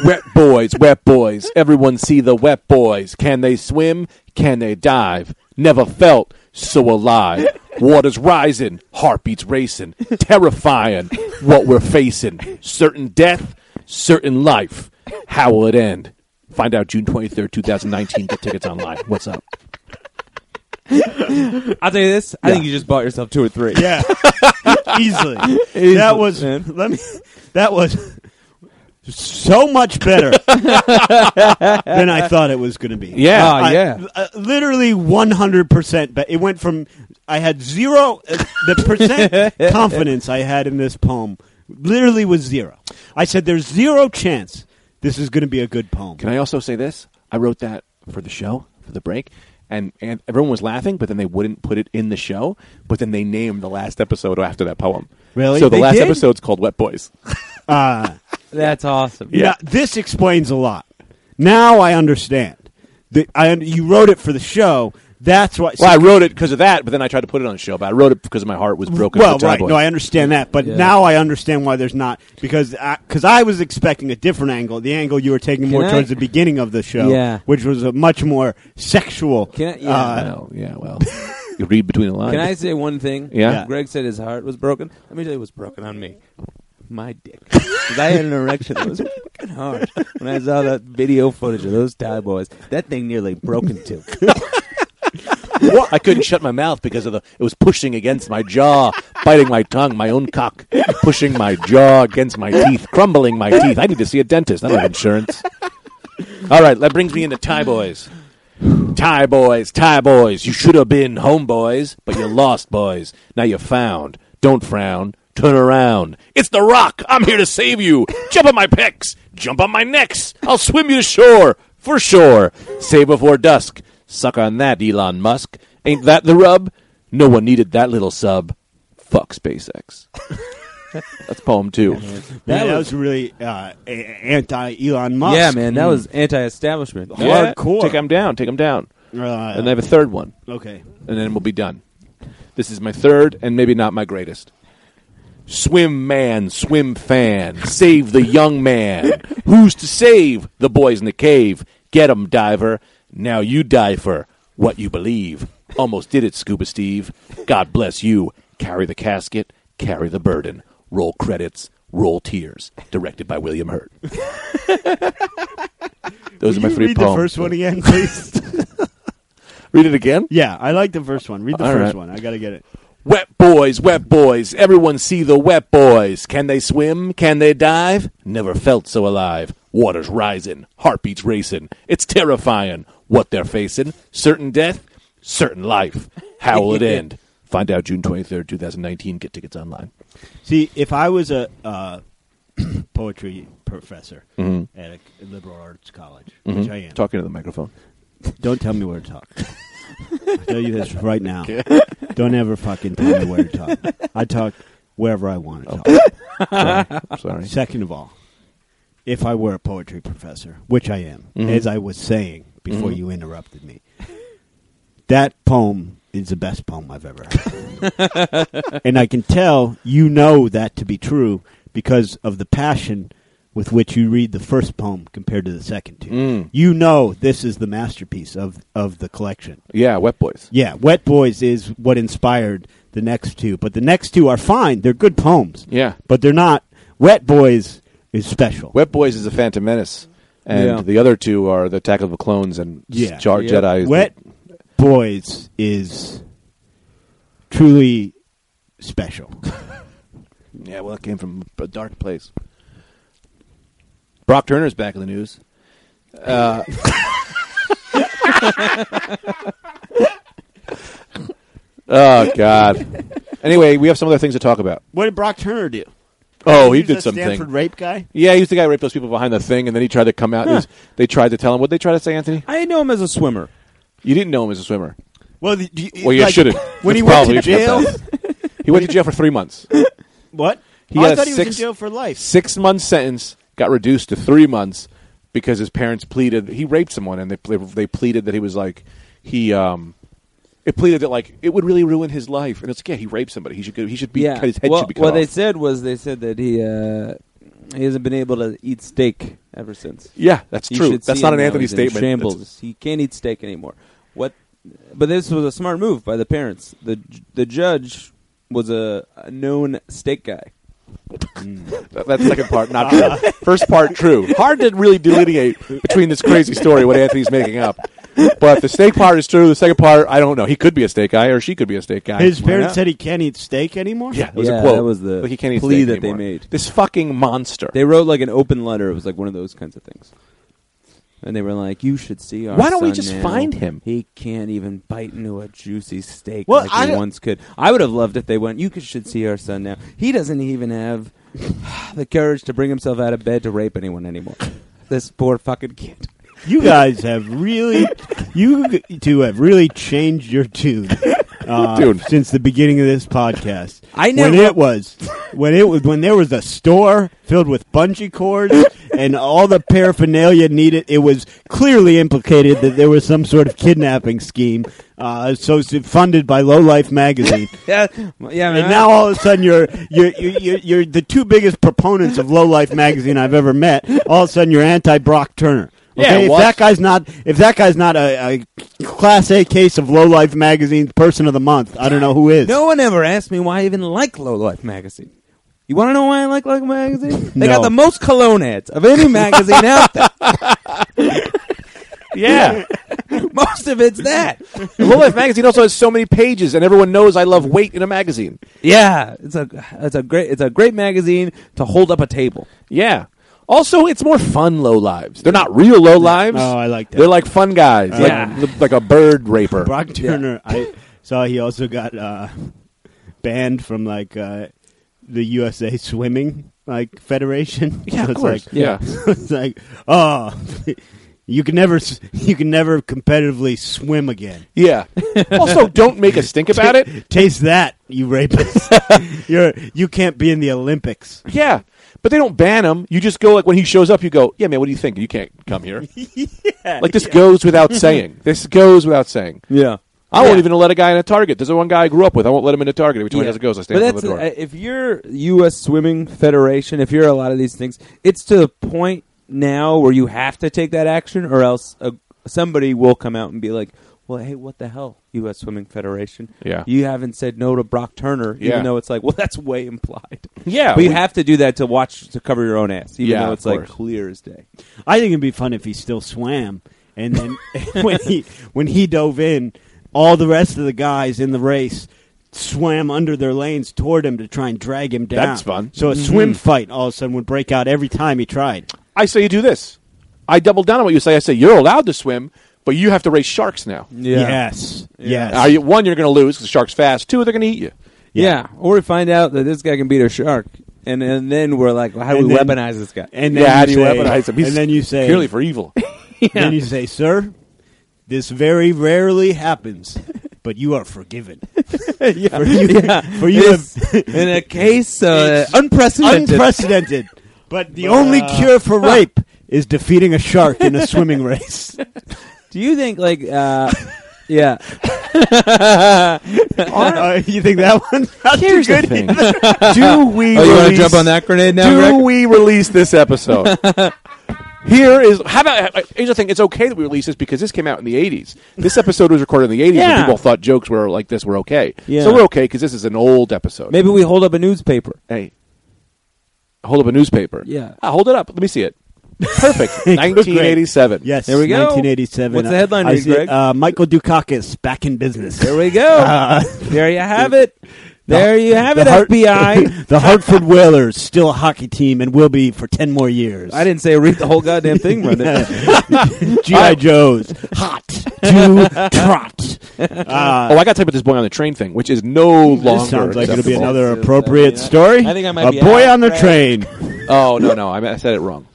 wet boys, wet boys. Everyone see the wet boys. Can they swim? Can they dive? Never felt so alive. Water's rising, heartbeats racing, terrifying what we're facing. Certain death, certain life. How will it end? Find out June 23rd, 2019. Get tickets online. What's up? I'll tell you this. I think you just bought yourself two or three. Yeah, easily. Easily, That was man. let me. That was so much better than I thought it was going to be. Yeah. Ah, I- yeah. uh, literally one hundred percent. But it went from I had zero uh, the percent confidence I had in this poem. Literally was zero. I said, "There's zero chance this is going to be a good poem." Can I also say this? I wrote that for the show, for the break, and, and everyone was laughing, but then they wouldn't put it in the show, but then they named the last episode after that poem. Really? So the They last did? episode's called Wet Boys. That's awesome. Yeah. this explains a lot. Now I understand. The, I un- you wrote it for the show. That's why. Well, I wrote it because of that, but then I tried to put it on the show, but I wrote it because my heart was broken. well, with the Toy right. Boys. No, I understand that, but Yeah. now I understand why there's not because because I, was expecting a different angle, the angle you were taking more I- towards the beginning of the show, Yeah. which was a much more sexual. Can I- yeah. uh, Well, yeah, well, you read between the lines. Can I say one thing? Yeah. Yeah. Greg said his heart was broken. Let me tell you what's broken on me. My dick. 'Cause I had an erection that was fucking hard when I saw that video footage of those Thai boys. That thing nearly broke in two. I couldn't shut my mouth because of the. It was pushing against my jaw, biting my tongue, my own cock, pushing my jaw against my teeth, crumbling my teeth. I need to see a dentist. I don't have insurance. All right, that brings me into Thai boys. Thai boys, Thai boys, you should have been homeboys, but you lost, boys. Now you're found. Don't frown. Turn around. It's the rock. I'm here to save you. Jump on my pecs. Jump on my necks. I'll swim you to shore. For sure. Save before dusk. Suck on that, Elon Musk. Ain't that the rub? No one needed that little sub. Fuck SpaceX. That's poem two. man, That that was- was really uh, anti Elon Musk. yeah, man, that was anti-establishment. Hardcore. Take them down. Take them down. Uh, And I have a third one. okay. and then we'll be done. This is my third and maybe not my greatest. Swim man, swim fan, save the young man. Who's to save? The boys in the cave. Get 'em, diver. Now you dive for what you believe. Almost did it, Scuba Steve. God bless you. Carry the casket, carry the burden. Roll credits, roll tears. Directed by William Hurt. Will Those are my you three read poems. the first one again, please? Read it again. yeah, I like the first one. Read the All first right. one. I got to get it. Wet boys, wet boys, everyone see the wet boys. Can they swim? Can they dive? Never felt so alive. Water's rising, heartbeats racing. It's terrifying what they're facing. Certain death, certain life. How will it end? Find out June 23rd, 2019. Get tickets online. See, if I was a uh, poetry professor Mm-hmm. at a liberal arts college, which I am, Talking to the microphone. don't tell me where to talk. I tell you this right now. Don't ever fucking tell me where to talk. I talk wherever I want to talk. Sorry. I'm sorry. Second of all, if I were a poetry professor, which I am, Mm-hmm. as I was saying before you interrupted me, that poem is the best poem I've ever heard. and I can tell you know that to be true because of the passion with which you read the first poem compared to the second two. Mm. You know this is the masterpiece of, of the collection. Yeah, wet boys. Yeah, Wet Boys is what inspired the next two, but the next two are fine. They're good poems Yeah. but they're not. Wet Boys is special. Wet Boys is the Phantom Menace, and Yeah. the other two are the Attack of the Clones and Yeah. Jar Yeah. Jedi. is Wet Boys is truly special. the- yeah, well, it came from a dark place. Brock Turner's back in the news. Uh, oh God. Anyway, we have some other things to talk about. What did Brock Turner do? Oh, he He's did a something. Stanford rape guy. Yeah, he was the guy who raped those people behind the thing, and then he tried to come out. and he was- they tried to tell him what they tried to say, Anthony. I know him as a swimmer. You didn't know him as a swimmer. Well, the, do Well, you like, shouldn't. When he That's went to probably- jail, He went to jail for three months. what? He Oh, I had a thought he was six- in jail for life. Six month sentence got reduced to three months because his parents pleaded. He raped someone, and they ple- they pleaded that he was like he um. It pleaded that like it would really ruin his life, and it's like yeah, he raped somebody. He should go, he should be yeah. cut, his head well, should be cut what off. they said was they said that he uh, he hasn't been able to eat steak ever since. yeah, that's You true. should That's see not him an now. Anthony He's in statement. Shambles. That's- He can't eat steak anymore. What? But this was a smart move by the parents. the The judge was a, a known steak guy. That, that second part not true. First part true. Hard to really delineate between this crazy story what Anthony's making up. But the steak part is true. The second part, I don't know. He could be a steak guy, or she could be a steak guy. His Why parents not? said he can't eat steak anymore. Yeah, it was Yeah, a quote. that was the Like, he can't eat plea steak that they anymore. made. This fucking monster. They wrote like an open letter. It was like one of those kinds of things. And they were like, "You should see our Why don't we son just now. find him?" He can't even bite into a juicy steak Well, like I he don't- once could. I would have loved if they went. You could, should see our son now. He doesn't even have the courage to bring himself out of bed to rape anyone anymore. This poor fucking kid. You guys have really, you g- two have really changed your tune, uh, Dude. since the beginning of this podcast. I when never- it was when it was when there was a store filled with bungee cords and all the paraphernalia needed. It was clearly implicated that there was some sort of kidnapping scheme, uh, so funded by Low Life magazine. Yeah, yeah. And now all of a sudden you're you're, you're you're you're the two biggest proponents of low life magazine I've ever met. All of a sudden you're anti Brock Turner. Yeah, if what? that guy's not if that guy's not a, a class A case of low life magazine person of the month, I don't know who is. No one ever asked me why I even like Low Life magazine. You want to know why I like Low Life magazine? No. They got the most cologne ads of any magazine out there. yeah. Most of it's that. Low Life magazine also has so many pages, and everyone knows I love weight in a magazine. Yeah, it's a it's a great it's a great magazine to hold up a table. Yeah. Also, it's more fun low lives. They're not real low lives. Oh, I like that. They're like fun guys. like- Yeah. Like, a bird raper. Brock Turner, I saw he also got uh, banned from like uh, the USA swimming like federation. Yeah, So of it's course. like- yeah. it's like, oh, you can never, s- you can never competitively swim again. Yeah. also, don't make a stink about it. Taste that, you rapist! You're you can't be in the Olympics. Yeah. But they don't ban him. You just go like when he shows up, you go, "Yeah, man, what do you think? You can't come here." like this goes without saying. This goes without saying. Yeah, I won't even let a guy in a Target. There's the one guy I grew up with. I won't let him in a Target. Every time he does it goes, I stand but at that's the door. uh, if you're U.S. Swimming Federation, if you're a lot of these things, it's to the point now where you have to take that action, or else uh somebody will come out and be like, well, hey, what the hell, U.S. Swimming Federation? Yeah. You haven't said no to Brock Turner, Yeah. even though it's like, well, that's way implied. Yeah, But you we- have to do that to watch, to cover your own ass, even Yeah, though of it's like course. clear as day. I think it'd be fun if he still swam, and then when he when he dove in, all the rest of the guys in the race swam under their lanes toward him to try and drag him down. That's fun. Mm-hmm. So a swim fight all of a sudden would break out every time he tried. I say you do this. I double down on what you say. I say you're allowed to swim, but you have to race sharks now. Yes. Yes. Are you, one, you're going to lose because the shark's fast. Two, they're going to eat you. Yeah. Or we find out that this guy can beat a shark, and, and then we're like, well, how do And we then- weaponize this guy? And then yeah, how do you you say- weaponize him? He's and then you say, clearly for evil. then you say, sir, this very rarely happens, but you are forgiven. yeah. For you, for you It's- have- in a case uh, It's unprecedented. unprecedented. But the only cure for rape is defeating a shark in a swimming race. do you think, like, uh, yeah. Uh, you think that one? Here's the thing. Oh, do we? Oh, wanna release- that grenade Do Greg? we release this episode? Here is how about uh, here's the thing. It's okay that we release this because this came out in the '80s. This episode was recorded in the '80s Yeah. when people thought jokes were like this were okay. Yeah. So we're okay because this is an old episode. Maybe we hold up a newspaper. Hey, hold up a newspaper. Yeah. Ah, hold it up. Let me see it. Perfect. 1987. Yes, There we go. 1987. What's the headline I read, see- Greg? Uh, Michael Dukakis back in business. There we go. there you have it. There you have the it, Har- FBI. the Hartford Whalers still a hockey team and will be for ten more years. I didn't say read the whole goddamn thing, Brendan. GI Joes hot to trot. Uh, Oh, I got to talk about this boy on the train thing, which is no longer. this uh, sounds like it'll be acceptable. another This is, appropriate I mean, I- story. I think I might a be boy out, on the Greg. train. Oh no, no, I I said it wrong.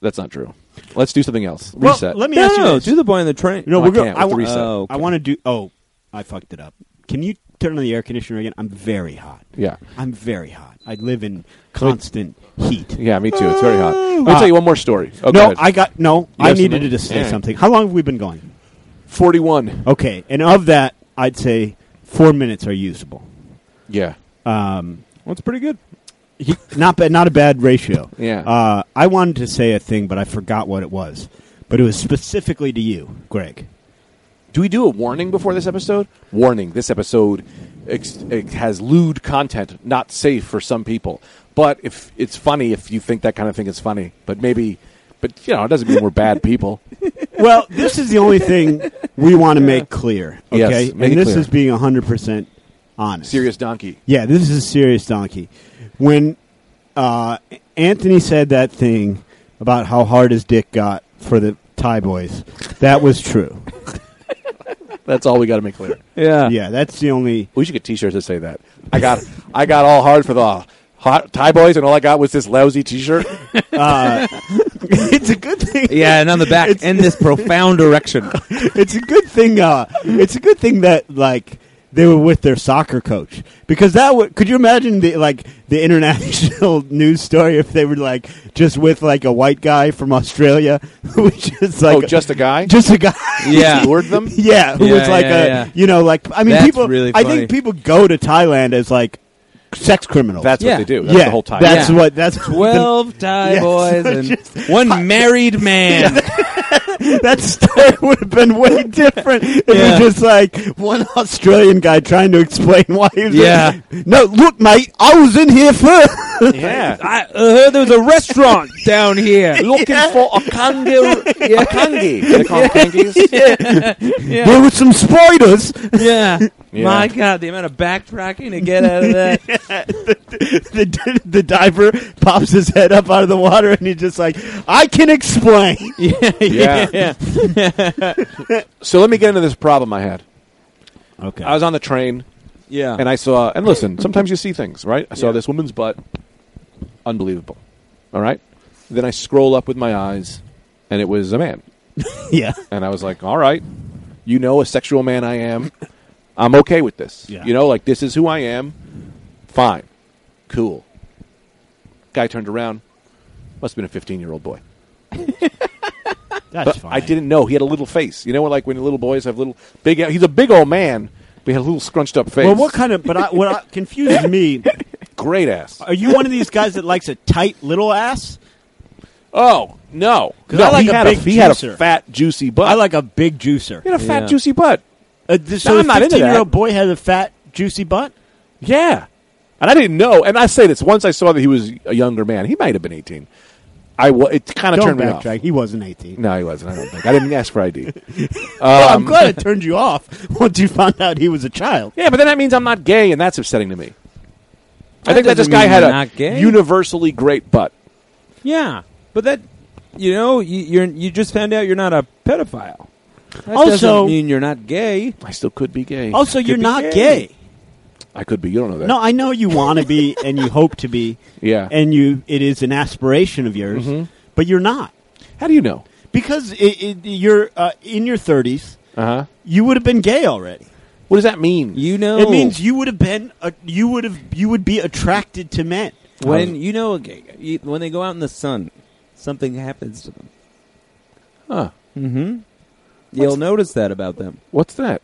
That's not true. Let's do something else. Well, Reset. let me no, ask you no, this. do the boy on the train. No, I we're going. can't I with the want. reset. Oh, okay. I want to do. Oh, I fucked it up. Can you turn on the air conditioner again? I'm very hot. Yeah. I'm very hot. I live in constant heat. yeah, me too. It's very hot. Let me Ah. tell you one more story. Oh, go no, ahead. I got no. I have needed something? to just say Yeah. something. How long have we been going? forty-one. Okay, and of that, I'd say four minutes are usable. Yeah. Um, That's pretty good. he- not bad. Not a bad ratio. Yeah. Uh, I wanted to say a thing, but I forgot what it was. But it was specifically to you, Greg. Do we do a warning before this episode? Warning: This episode ex- it has lewd content, not safe for some people. But if it's funny, if you think that kind of thing is funny, but maybe, but you know, it doesn't mean we're bad people. well, this is the only thing we want to make clear. Yes, Okay, make and it this clear. is being hundred percent honest. Serious donkey. Yeah, this is a serious donkey. When uh, Anthony said that thing about how hard his dick got for the Thai boys, that was true. That's all we got to make clear. Yeah. yeah, that's the only. We should get T-shirts that say that. I got, I got all hard for the hot Thai boys, and all I got was this lousy T-shirt. Uh, it's a good thing. Yeah, and on the back, in this profound direction. it's a good thing. Uh, it's a good thing that like they were with their soccer coach because that would. Could you imagine the like the international news story if they were like just with like a white guy from Australia who was just like oh, just a guy. just a guy. Yeah. lured them. Yeah, who Yeah, was like yeah, a yeah. you know like I mean That's people. really I funny. think people go to Thailand as like sex criminals. That's Yeah. what they do. That's yeah, the whole time. That's Yeah. what that's Twelve Thai Yeah, boys so and one married man. that story would have been way different if Yeah. it was just like one Australian guy trying to explain why he was. Yeah. like, no, look, mate, I was in here first. yeah. I heard there was a restaurant down here. Looking for a kangaroo, a kangi. They call them kangies. There were some spiders. Yeah. Yeah. My God, the amount of backtracking to get out of that. The, d- the diver pops his head up out of the water and he's just like, I can explain. Yeah. yeah. So let me get into this problem I had. Okay. I was on the train Yeah. and I saw, and listen, sometimes you see things, right? I saw Yeah. this woman's butt. Unbelievable. All right. Then I scroll up with my eyes and it was a man. yeah. And I was like, all right, you know, a sexual man I am. I'm okay with this. Yeah. You know, like this is who I am. Fine. Cool. Guy turned around. Must have been a 15 year old boy. That's But I didn't know he had a little face. You know, like when little boys have little big. He's a big old man, but he had a little scrunched up face. Well, what kind of. But I, what I, confuses me Great ass. are you one of these guys that likes a tight little ass? Oh no, no. I like he, a had a, big he had a juicer. fat, juicy butt. I like a big juicer. He had a fat, Yeah. juicy butt. Uh, th- so No, a I'm not into that. year old boy has a fat, juicy butt? Yeah, and I didn't know. And I say this once I saw that he was a younger man. He might have been eighteen. I wa- it kind of Don't turned me off. backtrack. He wasn't 18. No, he wasn't. I don't think I Um, didn't ask for ID. Well, I'm glad it turned you off once you found out he was a child. Yeah, but then that means I'm not gay, and that's upsetting to me. I That think that this doesn't guy mean had you're a not gay. universally great butt. Yeah, but that you know you, you're you just found out you're not a pedophile. That Also- doesn't mean you're not gay. I still could be gay. Also, Oh, you're be not gay. gay. I could be. You don't know that. No, I know you want to be and you hope to be. Yeah. And you it is an aspiration of yours, Mm-hmm. but you're not. How do you know? Because it, it, you're uh, in your 30s, Uh huh. you would have been gay already. What does that mean? You know It means you would have been a, you would have you would be attracted to men. Oh. when you know a gay guy, you, when they go out in the sun, something happens to them. Huh. Mm-hmm. You'll What's- notice that about them. What's that?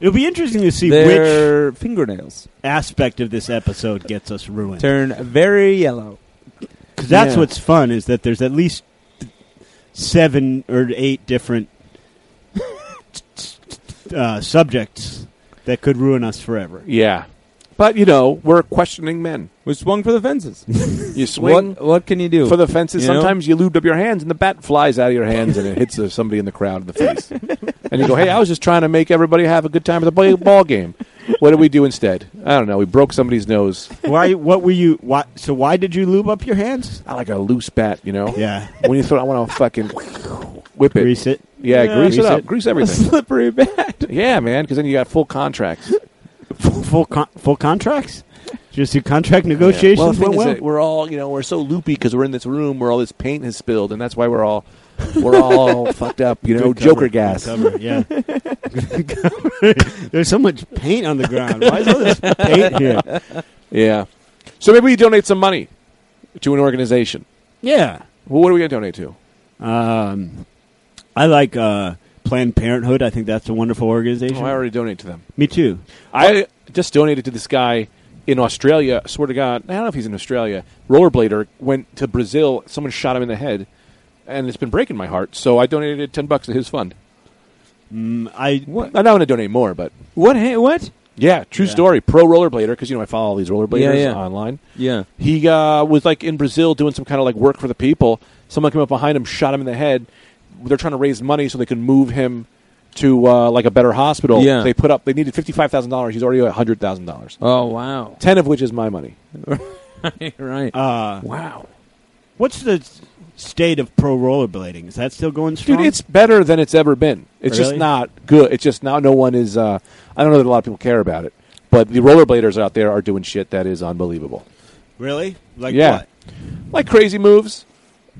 It'll be interesting to see which Their fingernails aspect of this episode gets us ruined. turn very yellow. Because that's Yeah. what's fun is that there's at least seven or eight different uh, subjects that could ruin us forever. Yeah. But you know, we're questioning men. We swung for the fences. You swing what what can you do? for the fences. You know? Sometimes you lubed up your hands, and the bat flies out of your hands, and it hits uh, somebody in the crowd in the face. and you go, "Hey, I was just trying to make everybody have a good time at the ball- ball game. What did we do instead? I don't know. We broke somebody's nose. Why? What were you? Why, so why did you lube up your hands? I like a loose bat, you know. Yeah, When you throw, I want to fucking whip it. grease it. Yeah, Yeah. grease, Grease it up. it. Grease a everything. slippery bat. yeah, man. Because then you got full contracts. Full full, con- full contracts. Just your contract Yeah. negotiations Well, the thing went is well. that we're all, you know, we're so loopy because we're in this room where all this paint has spilled, and that's why we're all, we're all fucked up. You know, Good cover. Joker Good gas. cover, yeah. Good cover. There's so much paint on the ground. Why is all this paint here? Yeah. So maybe we donate some money to an organization. Yeah. Well, what are we going to donate to? Um, I like uh, Planned Parenthood. I think that's a wonderful Oh, organization. I already donate to them. Me too. I just donated to this guy in Australia. I Swear to God, I don't know if he's in Australia. Rollerblader went to Brazil. Someone shot him in the head, and it's been breaking my heart. So I donated ten bucks to his fund. Mm, I I'm not going to donate more, but What? ha- What? yeah, true Yeah. story. Pro rollerblader because you know I follow all these rollerbladers Yeah, yeah. online. Yeah. He uh, was like in Brazil doing some kind of like work for the people. Someone came up behind him, shot him in the head. They're trying to raise money so they can move him to uh, like a better hospital. Yeah. They put up. They needed fifty five thousand dollars. He's already at hundred thousand dollars. Oh wow. Ten of which is my money. right. uh, Wow, what's the s- state of pro rollerblading? Is that still going dude, strong? it's better than it's ever been. It's just Really? not good. It's just now no one is. Uh, I don't know that a lot of people care about it, but the rollerbladers out there are doing shit that is unbelievable. really like yeah, what? like crazy moves.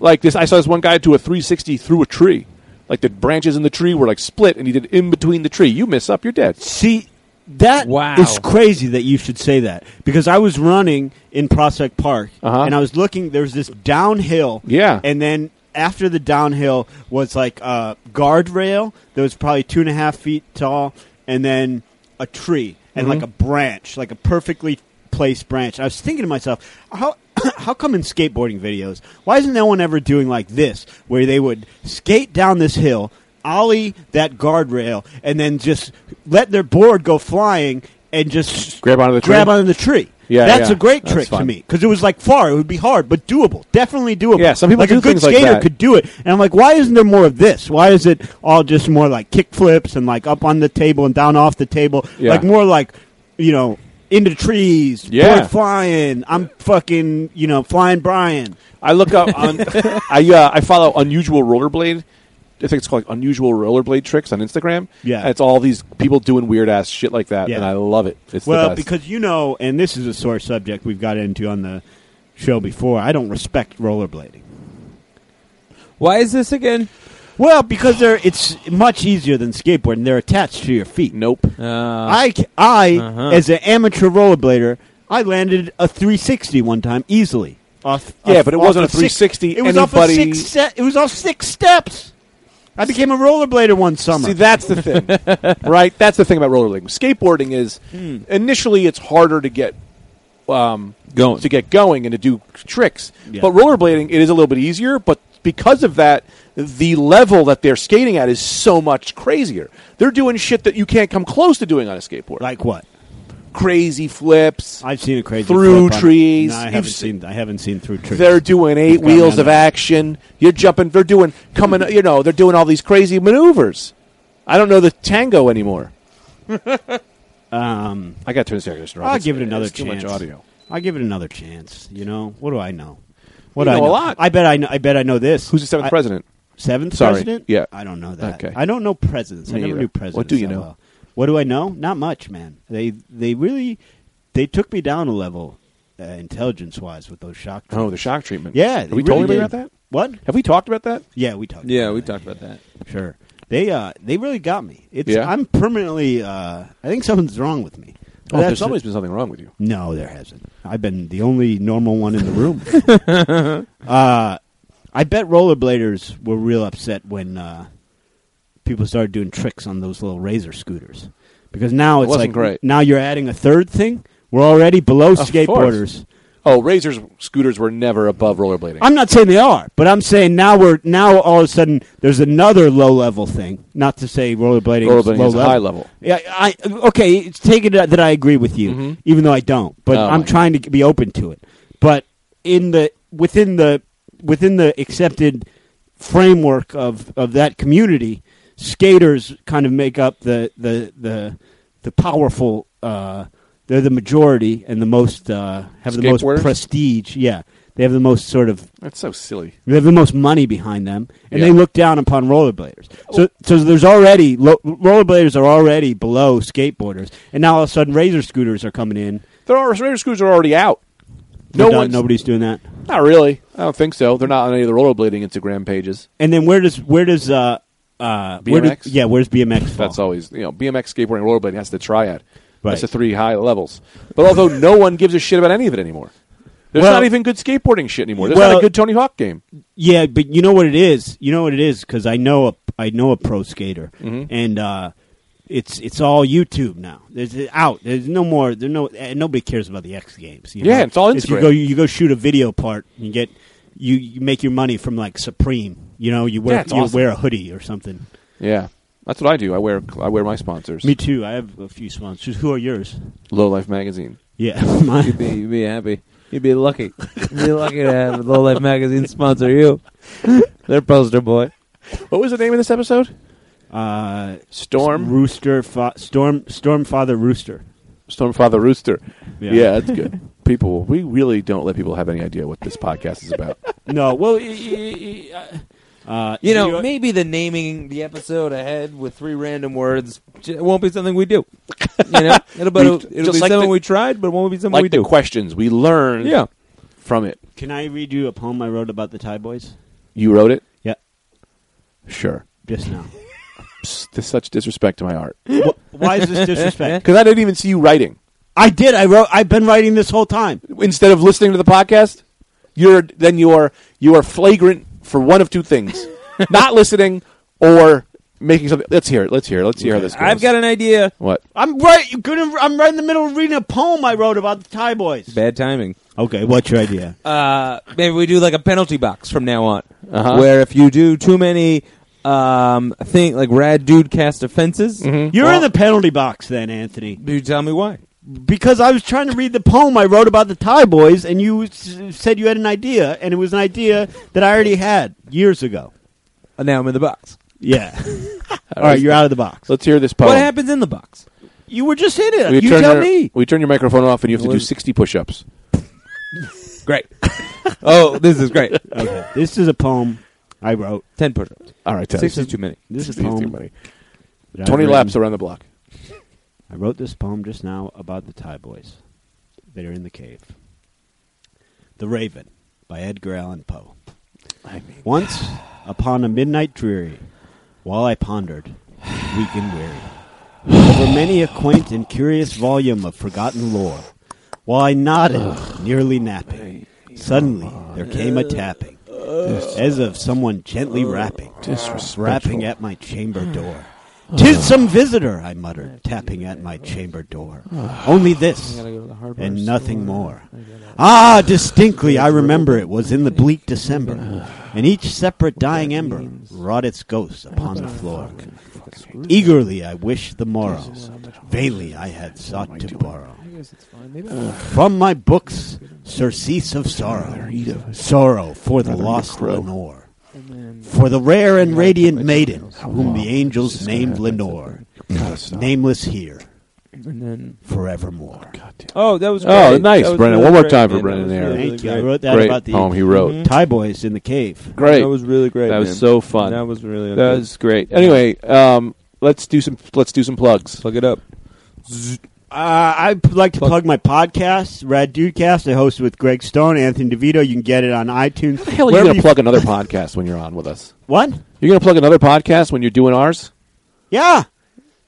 Like this, I saw this one guy do a 360 through a tree. Like the branches in the tree were like split, and he did in between the tree. You mess up, you're dead. See, that is Wow. crazy that you should say that because I was running in Prospect Park Uh-huh. and I was looking. There was this downhill, Yeah. and then after the downhill was like a guardrail that was probably two and a half feet tall, and then a tree and Mm-hmm. like a branch, like a perfectly placed branch. I was thinking to myself, how. How come in skateboarding videos, why isn't no one ever doing like this, where they would skate down this hill, ollie that guardrail, and then just let their board go flying and just Grab onto the tree? Grab onto the tree. Yeah, that's yeah. a great That's trick to fun. me because it was like far, it would be hard, but doable, definitely doable. Yeah, some people like do a good things like skater that. could do it, and I'm like, why isn't there more of this? Why is it all just more like kick flips and like up on the table and down off the table, Yeah. like more like you know into trees, Yeah. board flying. I'm fucking you know flying Brian. I look up on I uh, I follow unusual rollerblade. I think it's called like, unusual rollerblade tricks on Instagram. Yeah. and it's all these people doing weird ass shit like that, Yeah. and I love it. It's Well, the best. because you know, and this is a sore subject we've got into on the show before. I don't respect rollerblading. Why is this again? Well, because they're it's much easier than skateboarding. They're attached to your feet. nope. Uh, I, ca- I Uh-huh. as an amateur rollerblader, I landed a 360 one time easily. Off, Yeah, off- but it off wasn't a of six- 360 it was off anybody- of six. Se- it was off six steps. I became a rollerblader one summer. See, that's the thing, right? Hmm. That's the thing about rollerblading. Skateboarding is initially it's harder to get um, get going. to get going and to do tricks. Yeah. But rollerblading, it is a little bit easier, but because of that, the level that they're skating at is so much crazier. They're doing shit that you can't come close to doing on a skateboard, Like what? crazy flips. I've seen a crazy Through flip on- trees. No, I You've haven't se- seen. I haven't seen through trees. They're doing eight Got me wheels on of that. action. You're jumping. They're doing coming. You know, they're doing all these crazy maneuvers. I don't know the tango anymore. Um, I got to turn this air conditioner off. I'll It's- give it another it's chance. Too much audio. I'll give it another chance. You know what do I know? What You do I know a lot. I bet I know. I bet I know this. Who's the seventh I- president? Seventh Sorry. president? Yeah. I don't know that. Okay. I don't know presidents. Me I never either. knew presidents. What do you that know? well. What do I know? Not much, man. They they really they took me down a level uh, intelligence wise with those shock. Oh, troops. the shock treatment. yeah. Have they we really told anybody did. about that? What? Have we talked about that? Yeah, we talked. yeah, about we that. talked about that. Sure. They uh they really got me. It's Yeah? I'm permanently uh I think something's wrong with me. Oh, That's there's a- always been something wrong with you. No, there hasn't. I've been the only normal one in the room. uh, I bet rollerbladers were real upset when uh, people started doing tricks on those little razor scooters because now it's wasn't like great. now you're adding a third thing. We're already below course. skateboarders. Oh, razors scooters were never above rollerblading. I'm not saying they are, but I'm saying now we're now all of a sudden there's another low level thing. Not to say rollerblading, Rollerblading low is level. high level. Yeah, I okay. it's- Take it that I agree with you, even though I don't. But Mm-hmm. Oh, I'm I- trying to be open to it. But in the within the within the accepted framework of of that community, skaters kind of make up the the the the powerful. Uh, they're the majority and the most uh, have the most Skateboarders? prestige. Yeah, they have the most sort of That's so silly. they have the most money behind them, and Yeah. Oh. they look down upon rollerbladers. So, so there's already lo- rollerbladers are already below skateboarders, and now all of a sudden razor scooters are coming in. There are razor scooters are already out. No No one, one, nobody's doing that. not really. I don't think so. They're not on any of the rollerblading Instagram pages. And then where does where does uh uh where do- BMX? yeah where's BMX fall? That's always you know BMX skateboarding and rollerblading has the triad. Oh. Right. That's the three high levels. But although no one gives a shit about any of it anymore, there's Well- not even good skateboarding shit anymore. There's not Well- a good Tony Hawk game. Yeah, but you know what it is. You know what it is because I know a I know a pro skater, and uh, it's it's all YouTube now. There's it's out. There's no more. There's no and nobody cares about the X Games. you Yeah, know? it's all you Instagram. go you go shoot a video part and you get you, you make your money from like Supreme. You know you wear Yeah, it's you awesome. wear a hoodie or something. Yeah, that's what I do. I wear I wear my sponsors. Me too. I have a few sponsors. Who are yours? Low Life magazine. Yeah, mine. You'd be, you'd be happy. You'd be lucky. You'd be lucky to have Low Life Magazine sponsor you. Their poster boy. What was the name of this episode? Uh, Storm Rooster Fa- Storm Storm Father Rooster. Stormfather Rooster. Yeah. Yeah. that's good. People, we really don't let people have any idea what this podcast is about. No, well, y- y- y- uh, You know, you're- maybe the naming the episode ahead with three random words j- it won't be something we do. You know, it'll be, it'll We've- be just like something the- we tried, but it won't be something like we the do. questions we learned yeah, from it. Can I read you a poem I wrote about the Thai boys? You wrote it? Yeah, Sure. just now. Psst, This is such disrespect to my art. Wh- Why is this disrespect? Because I didn't even see you writing. I did. I wrote. I've been writing this whole time. Instead of listening to the podcast, you're then you are you are flagrant for one of two things: not listening or making something. Let's hear it. Let's hear it. Let's hear how this. Goes. I've got an idea. what? I'm right. You couldn't. I'm right in the middle of reading a poem I wrote about the Thai boys. Bad timing. Okay, what's your idea? Uh, maybe we do like a penalty box from now on, Uh-huh. where if you do too many um thing like rad dude cast offenses, Mm-hmm. You're in the penalty box then, Anthony, you tell me why. because I was trying to read the poem I wrote about the Thai boys, and you s- said you had an idea, and it was an idea that I already had years ago. Uh, now I'm in the box. Yeah. All right, you're out of the box. Let's hear this poem. What happens in the box? You were just in it. We you turn tell your, me. We turn your microphone off, and you have to do Was- sixty push-ups. Great. oh, this is great. Okay, this is a poem I wrote. Ten push-ups. All right, Six is too many. This is a Too poem. many. that I've Twenty written. laps around the block. I wrote this poem just now about the Thai boys that are in the cave. The Raven by Edgar Allan Poe. Once upon a midnight dreary, while I pondered, weak and weary, over many a quaint and curious volume of forgotten lore, while I nodded, nearly napping, suddenly there came a tapping, as of someone gently rapping, rapping at my chamber door. Tis some visitor, I muttered, tapping at my chamber door. Only this and nothing more. Ah, distinctly I remember it was in the bleak December, and each separate dying ember wrought its ghost upon the floor. Eagerly I wished the morrow, vainly uh, I had sought to borrow from my books, surcease of sorrow, sorrow for the lost Lenore. For the rare and radiant maiden whom the angels named Lenore, nameless here, forevermore. Oh, that was Oh, great. nice, That was Brennan. really One more great. time for Yeah, that Brennan was there. really, Thank you. Mm-hmm. I good. wrote that Great about the poem he wrote. Thai boys in the cave. Great. That was really great. That was man. so fun. That was really That good. was great. Anyway, um, let's do some let's do some plugs. plug it up. Uh, I'd p- like to plug my podcast, Rad Dudecast. I host it with Greg Stone, Anthony DeVito. You can get it on iTunes. How the hell are you Wherever going to plug another podcast when you're on with us? What? You're going to plug another podcast when you're doing ours? Yeah.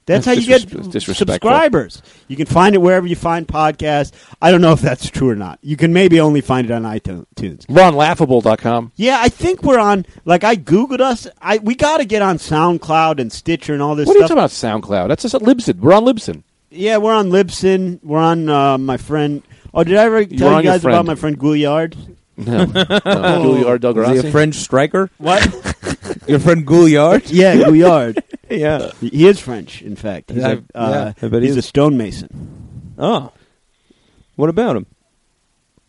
That's, That's how you disres- it's get disrespectful. subscribers. You can find it wherever you find podcasts. I don't know if that's true or not. You can maybe only find it on iTunes. RonLaughable.com. Yeah, I think we're on. Like I googled us. I we got to get on SoundCloud and Stitcher and all this What are you stuff. talking about? SoundCloud? That's just at Libsyn. We're on Libsyn. Yeah, we're on Libsyn. We're on uh, my friend. Oh, did I ever were tell on you your guys friend. about my friend Gouliard? No, no. Juilliard Del Was he Grassi. a French striker? What? Your friend Gouliard? yeah, Gouliard. yeah. He is French, in fact. He's, Yeah, a, uh, yeah, I bet he he's a is. stonemason. Oh. What about him?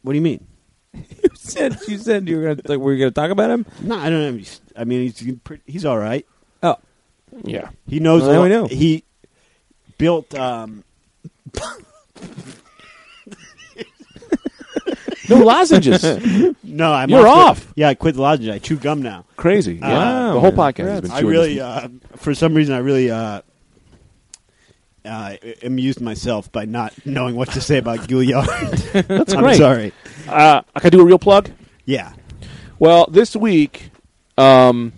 What do you mean? You said you said you were gonna like, were you gonna talk about him? No, I don't know. He's- I mean, he's pretty- he's all right. Oh. Yeah. He knows. Well, now a- we know. He built. Um, No lozenges. no, I'm You're the- off. yeah, I quit the lozenge. I chew gum now. Crazy. Yeah. Wow, the whole man. podcast has been I chewing really, this- uh, for some reason, I really uh, uh, amused myself by not knowing what to say about Gouliard. That's I'm great. sorry. Uh, I could do a real plug. Yeah. Well, this week, um,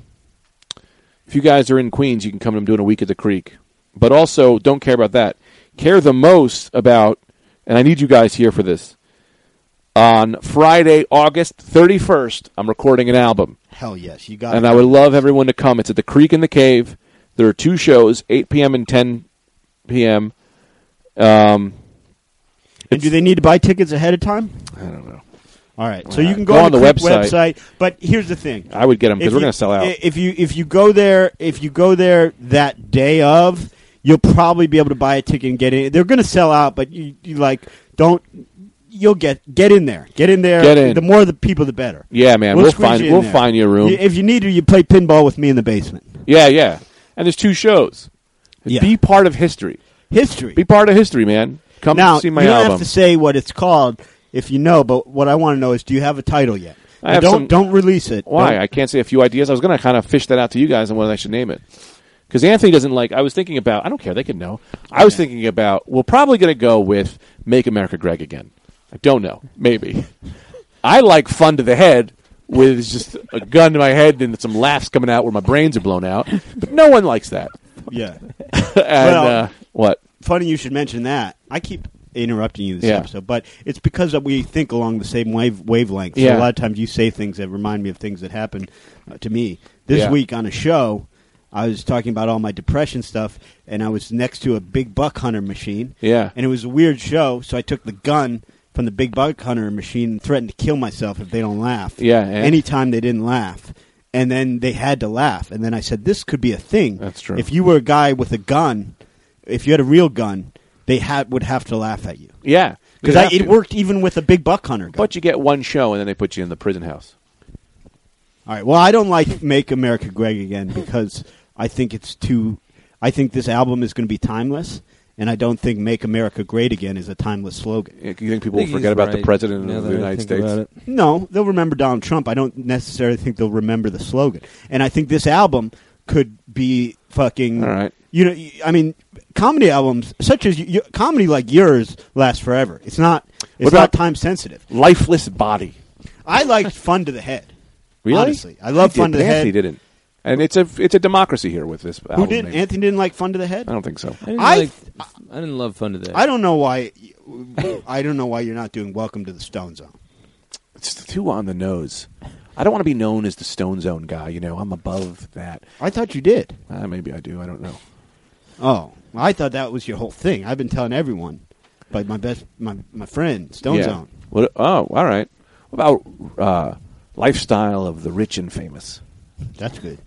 if you guys are in Queens, you can come. I'm doing a week at the Creek, but also don't care about that. Care the most about, and I need you guys here for this. On Friday, August 31st, I'm recording an album, Hell yes, you got and it. I would love everyone to come. It's at the Creek in the Cave. There are two shows, 8 p.m. and 10 p.m. Um, and do they need to buy tickets ahead of time? I don't know. All right, so you can go, Go on, on the, the Creep website. website. But here's the thing: I would get them If because we're you- going to sell out. i- If you if you go there, if you go there that day of, you'll probably be able to buy a ticket and get in. They're going to sell out, but you, you like don't. You'll get get in there. Get in there. Get in. The more the people, the better. yeah, man, We'll we'll, squeeze find you in we'll there. find you a room. You- if you need to, you play pinball with me in the basement. Yeah, yeah. And there's two shows. Yeah. Be part of history. History. Be part of history, man. Come now see my you don't album. have to say what it's called if you know. But what I want to know is, do you have a title yet? I Now, have don't some- don't release it. Why? Don't- I can't say a few ideas. I was going to kind of fish that out to you guys on what I should name it. Because Anthony doesn't like. I was thinking about. I don't care. They could know. I was thinking about. We're probably going to go with "Make America Greg Again." I don't know. Maybe. I like fun to the head with just a gun to my head and some laughs coming out where my brains are blown out. But no one likes that. yeah. and uh, what? funny you should mention that. I keep interrupting you this Yeah. episode, but it's because that we think along the same wave wavelength. So Yeah. a lot of times you say things that remind me of things that happened uh, to me this Yeah. week on a show. I was talking about all my depression stuff, and I was next to a big buck hunter machine. Yeah. and it was a weird show, so I took the gun from the big buck hunter machine and threatened to kill myself if they don't laugh. Yeah, and- anytime they didn't laugh. And then they had to laugh. And then I said, "This could be a thing. That's true. If you were a guy with a gun, if you had a real gun, they had would have to laugh at you Yeah. because You have it to. worked even with a big buck hunter gun. But you get one show, and then they put you in the prison house. All right. Well, I don't like "Make America Greg Again" because I think it's too. I think this album is going to be timeless, and I don't think "Make America Great Again" is a timeless slogan. You think people will forget about the president of the United States? No, they'll remember Donald Trump. I don't necessarily think they'll remember the slogan, and I think this album could be fucking. All right. You know, y- I mean, comedy albums such as y y- comedy like yours last forever. It's not. It's What about- not time sensitive. Lifeless body. I liked Fun to the Head. Really? Honestly, I love did, Fun to but the Head. Anthony didn't. And it's a it's a democracy here with this. Who album, didn't? maybe. Anthony didn't like Fun to the Head. I don't think so. I didn't, I- like, I didn't love fun today. I don't know why. I don't know why you're not doing Welcome to the Stone Zone. It's too on the nose. I don't want to be known as the Stone Zone guy. You know, I'm above that. I thought you did. Uh, maybe I do. I don't know. Oh, well, I thought that was your whole thing. I've been telling everyone, but my best, my my friend Stone Zone. What, oh, all right. What about uh, lifestyle of the rich and famous? That's good.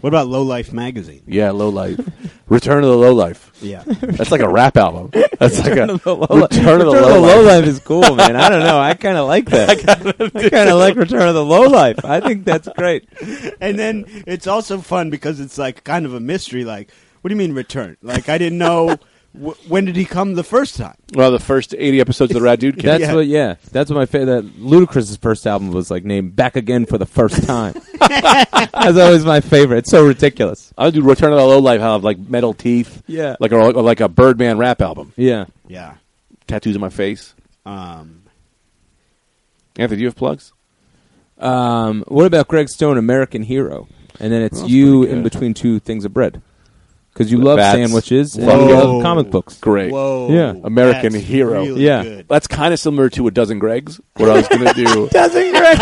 What about Low Life magazine? Yeah, low life. Return of the low life. Yeah, That's like a rap album. That's like a return of the Return low life. Life is cool, man. I don't know. I kind of like that. I kind of like Return of the Low Life. I think that's great. and then it's also fun because it's like kind of a mystery. Like, what do you mean return? Like, I didn't know w- when did he come the first time. Well, the first eighty episodes of the Rad Dude That's Cast. Yeah. what. Yeah, that's what my favorite. That Ludacris's first album was like named "Back Again for the First Time." that's always my favorite. It's so ridiculous. I would do Return of the Low Life. I have like metal teeth. Yeah. like or, or like a Birdman rap album. Yeah. Yeah. Tattoos on my face. Um, Anthony, do you have plugs? Um, what about Greg Stone, American Hero? And then it's That's you pretty good. in between two things of bread because you The love bats. sandwiches and Whoa. you love comic books. Great. Whoa. Yeah. American that's hero. really Yeah. good. That's kind of similar to a dozen Gregs. What I was gonna do. Dozen Greg,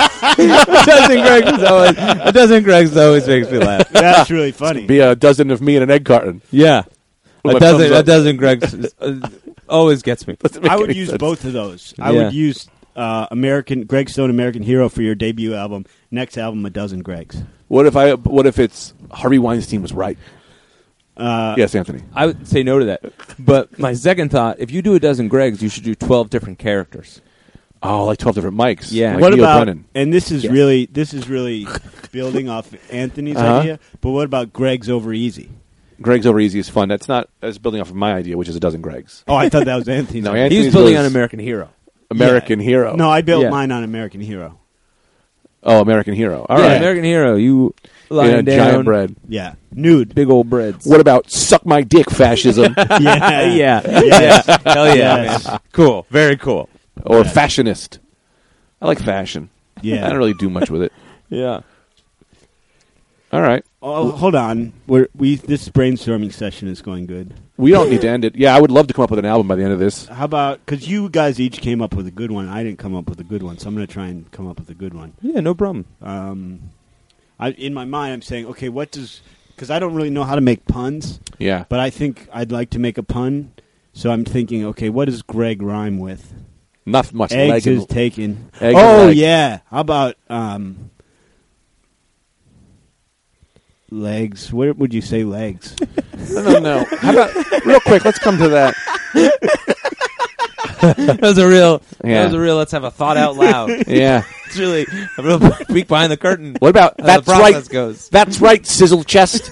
dozen Greg is always a dozen Greg's always makes me laugh. That's really funny. Be a dozen of me and an egg carton. Yeah, Well, a it dozen comes a up- dozen Greg's is- uh, always gets me. Doesn't make I would any use sense. both of those. I Yeah. would use uh, American Greg Stone, American Hero for your debut album. Next album, a dozen Gregs. What if I? What if it's Harvey Weinstein was right? Uh, yes, Anthony. I would say no to that. But my second thought: if you do a dozen Greg's, you should do twelve different characters. Oh, like twelve different mics. Yeah. Like what Neil about? Brennan. And this is Yes. really this is really building off Anthony's Uh-huh. idea. But what about Greg's over easy? Greg's over easy is fun. That's not. That's building off of my idea, which is a dozen Gregs. Oh, I thought that was Anthony's. No, idea. Anthony's He's building was on American Hero. American Hero. No, I built Yeah. mine on American Hero. oh, American Hero. All right. Yeah, American Hero. You lying Yeah, down, giant bread. Yeah, nude. big old breads. What about suck my dick fascism yeah, yeah. Yes. yeah. Hell yeah, Yes. man. Cool. Very cool. or fashionist? I like fashion. Yeah. I don't really do much with it. Yeah. All right. Oh, hold on. We're, we this brainstorming session is going good. We don't need to end it. Yeah, I would love to come up with an album by the end of this. How about because you guys each came up with a good one? I didn't come up with a good one, so I'm going to try and come up with a good one. Yeah, no problem. Um, I, in my mind, I'm saying, okay, what does? Because I don't really know how to make puns, Yeah. but I think I'd like to make a pun. So I'm thinking, okay, what does Greg rhyme with? Not much. Eggs Leg and- is taken. Egg and oh leg. yeah. How about um, legs? Where would you say legs? No, no, no. How about real quick? Let's come to that. that was a real. Yeah. That was a real. Let's have a thought out loud. Yeah. it's really a real peek behind the curtain. What about How Uh, the that's right? process goes. That's right. Sizzle chest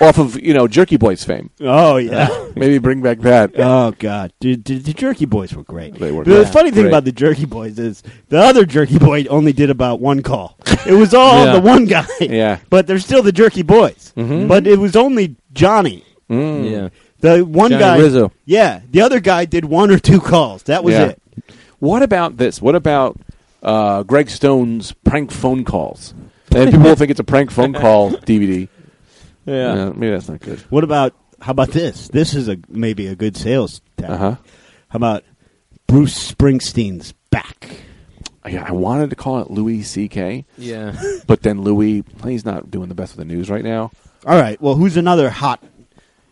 off of you know Jerky Boys fame. oh yeah. Maybe bring back that. Oh God, dude, the, the Jerky Boys were great. They were But The great. funny thing Great. about the Jerky Boys is the other Jerky Boy only did about one call. It was all Yeah. the one guy. Yeah. Mm-hmm. but they're still the Jerky Boys. But it was only Johnny. Mm. Yeah. The one Johnny guy, Rizzo. yeah. The other guy did one or two calls. That was Yeah. it. What about this? What about uh, Greg Stone's prank phone calls? And people will think it's a prank phone call DVD. Yeah. Uh, maybe that's not good. What about how about this? This is a maybe a good sales tactic. Uh huh. How about Bruce Springsteen's back? Yeah, I wanted to call it Louis C.K., Yeah. but then Louis, he's not doing the best with the news right now. All right. Well, who's another hot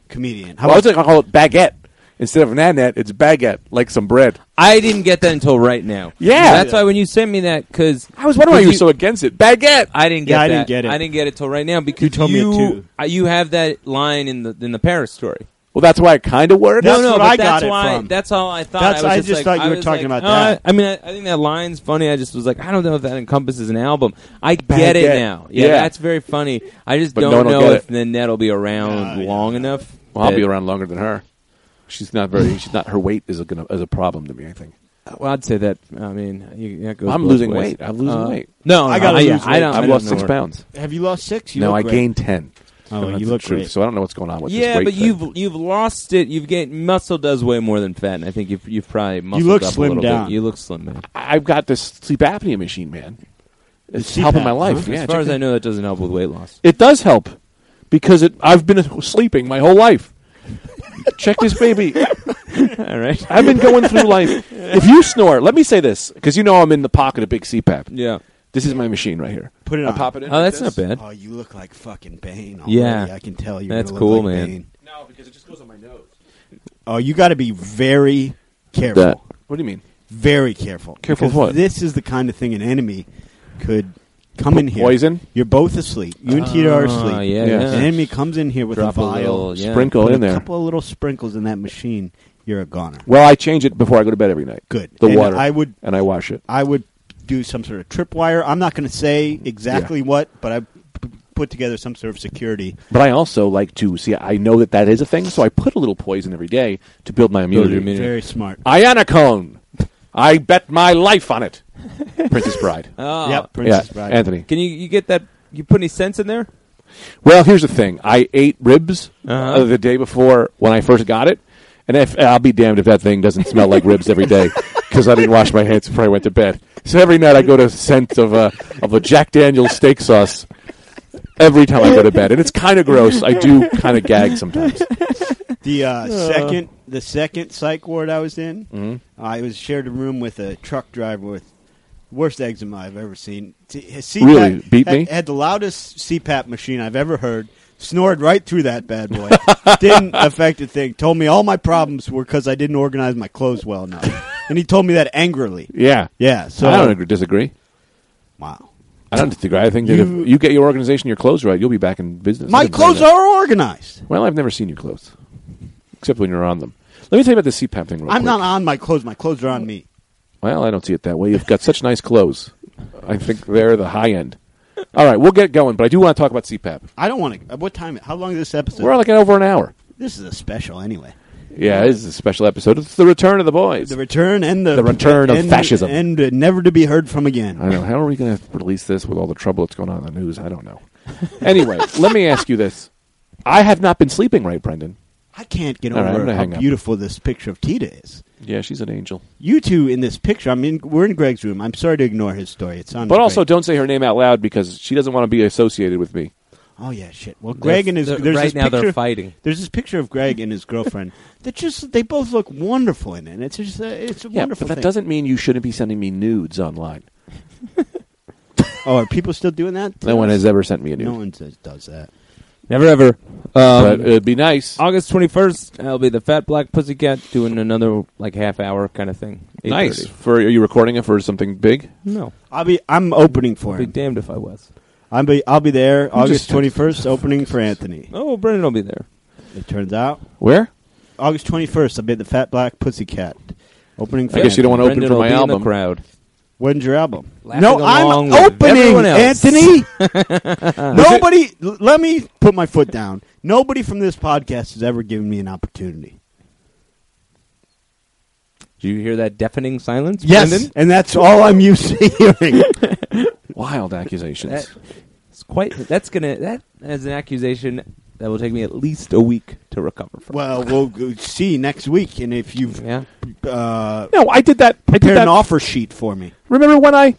comedian? How Well, I was about going to call it Baguette. Instead of Nanette, it's Baguette, like some bread. I didn't get that until right now. Yeah. That's why when you sent me that, because I was wondering why you were so against it. Baguette! I didn't get Yeah, I that. didn't get it. I didn't get it till right now because you told me it too. uh, you have that line in the in the Paris story. Well, that's why it kind of worked. That's no, no, what but I that's got it why, from. That's all I thought. That's- I, was I just thought like- you were I was talking like, about oh, that. I, I mean, I, I think that line's funny. I just was like, I don't know if that encompasses an album. I get Baguette. it now. Yeah, Yeah. that's very funny. I just But no don't one will know get if it. Nanette will be around No, yeah. long enough. Well, I'll that- be around longer than her. She's not very, she's not, her weight is a, gonna, is a problem to me, I think. Well, I'd say that. I mean, you, that goes I'm both losing ways. weight. I'm losing Uh, weight. No, I no, gotta yeah, lose I weight. don't, I I've don't lost know six where- pounds. have you lost six? You no, look I great. gained 10. Oh, That's you the look truth. great. So I don't know what's going on with this Yeah, weight but thing. you've you've lost it. You've gained muscle does weigh more than fat, and I think you've you've probably muscled look up a slimmed little down. Bit. You look slim, man. I've got this sleep apnea machine, man. It's CPAP, helping my huh? life. Yeah, as far check as I know, that doesn't help with weight loss. It does help because it, I've been sleeping my whole life. Check this baby. All right. I've been going through life. If you snore, let me say this because you know I'm in the pocket of big CPAP. Yeah. This is my machine right here. Put it I on. pop it in. Oh, like that's this. not bad. Oh, you look like fucking Bane. Already. Yeah. I can tell you. That's look cool, like man. Bane. No, out because it just goes on my nose. Oh, you got to be very careful. That. What do you mean? Very careful. Careful of Because what? This is the kind of thing an enemy could come in here. Poison? You're both asleep. You and Tito are Ah, asleep. yeah, Yeah. An enemy comes in here with Drop a vial. little, yeah. Sprinkle put in a there. couple of little sprinkles in that machine. You're a goner. Well, I change it before I go to bed every night. Good. The And water. I would- and I wash it. I would do some sort of tripwire. I'm not going to say exactly what, but I p- put together some sort of security. But I also like to see. I know that that is a thing, so I put a little poison every day to build my your immunity. immunity. Yeah. Very smart. Ionacone. I bet my life on it. Princess Bride. Oh. yep, Princess Uh, yeah, Bride. Anthony. Can you you get that? You put any sense in there? Well, here's the thing. I ate ribs uh Uh-huh. the day before when I first got it, and if, I'll be damned if that thing doesn't smell like ribs every day because I didn't wash my hands before I went to bed. So every night I go to scent of a of a Jack Daniel's steak sauce every time I go to bed, and it's kind of gross. I do kind of gag sometimes. The uh, second, the second psych ward I was in, Mm-hmm. I was shared a room with a truck driver with worst eczema I've ever seen. T- his CPAP Really? Beat had, me? Had the loudest CPAP machine I've ever heard. Snored right through that bad boy. didn't affect a thing. Told me all my problems were because I didn't organize my clothes well enough, and he told me that angrily. Yeah, Yeah. So I don't agree, disagree. Wow. I don't disagree. I think that You- if you get your organization, your clothes right, you'll be back in business. I My didn't know clothes that. are organized. Well, I've never seen you clothes, except when you're on them. Let me tell you about the CPAP thing. Real I'm quick. not on my clothes. My clothes are on me. Well, I don't see it that way. You've got such nice clothes. I think they're the high end. All right, we'll get going, but I do want to talk about CPAP. I don't want to. What time? How long is this episode? We're like at over an hour. this is a special anyway. Yeah, this is a special episode. It's the return of the boys. The return and the The return of and- fascism. and uh, never to be heard from I again. know. How are we going to release this with all the trouble that's going on in the news? I don't know. Anyway, let me ask you this. I have not been sleeping right, Brendan. I can't get All right, I'm over gonna how hang up. beautiful this picture of Tita is. Yeah, she's an angel. You two in this picture. I mean, we're in Greg's room. I'm sorry to ignore his story. It's on. But also, Greg. don't say her name out loud because she doesn't want to be associated with me. oh yeah, shit. Well, Greg and his they're- there's right this now they're picture- fighting. There's this picture of Greg and his girlfriend that just they both look wonderful in it. It's just uh, it's a Yeah, wonderful. but that thing. doesn't mean you shouldn't be sending me nudes online. Oh, are people still doing that? No one has ever sent me a nude. No one does, does that. Never ever. but it'd be nice. Um, August 21st, I'll be the Fat Black Pussycat doing another like half hour kind of thing. 8:30. For are you recording it for something big? No. I'll be. I'm opening for I'd be him. damned if I was. I'll be. I'll be there August just- twenty first, opening for Anthony. Oh, Brendan will be there. It turns out Where? August twenty first. I'll be at the Fat Black Pussycat, opening for. I guess you don't want to open Brendan for will my be in the album. crowd. When's your album? Laughing no, along I'm with opening, everyone else. Anthony. Nobody. l- let me put my foot down. Nobody from this podcast has ever given me an opportunity. Do you hear that deafening silence, Brendan? and that's all I'm used to hearing. Wild accusations. That, it's quite. That's gonna. That is an accusation that will take me at least a week to recover from. well, we'll go see next week, and if you've Yeah. uh, no, I did that. I did prepared that. an offer sheet for me, Remember when I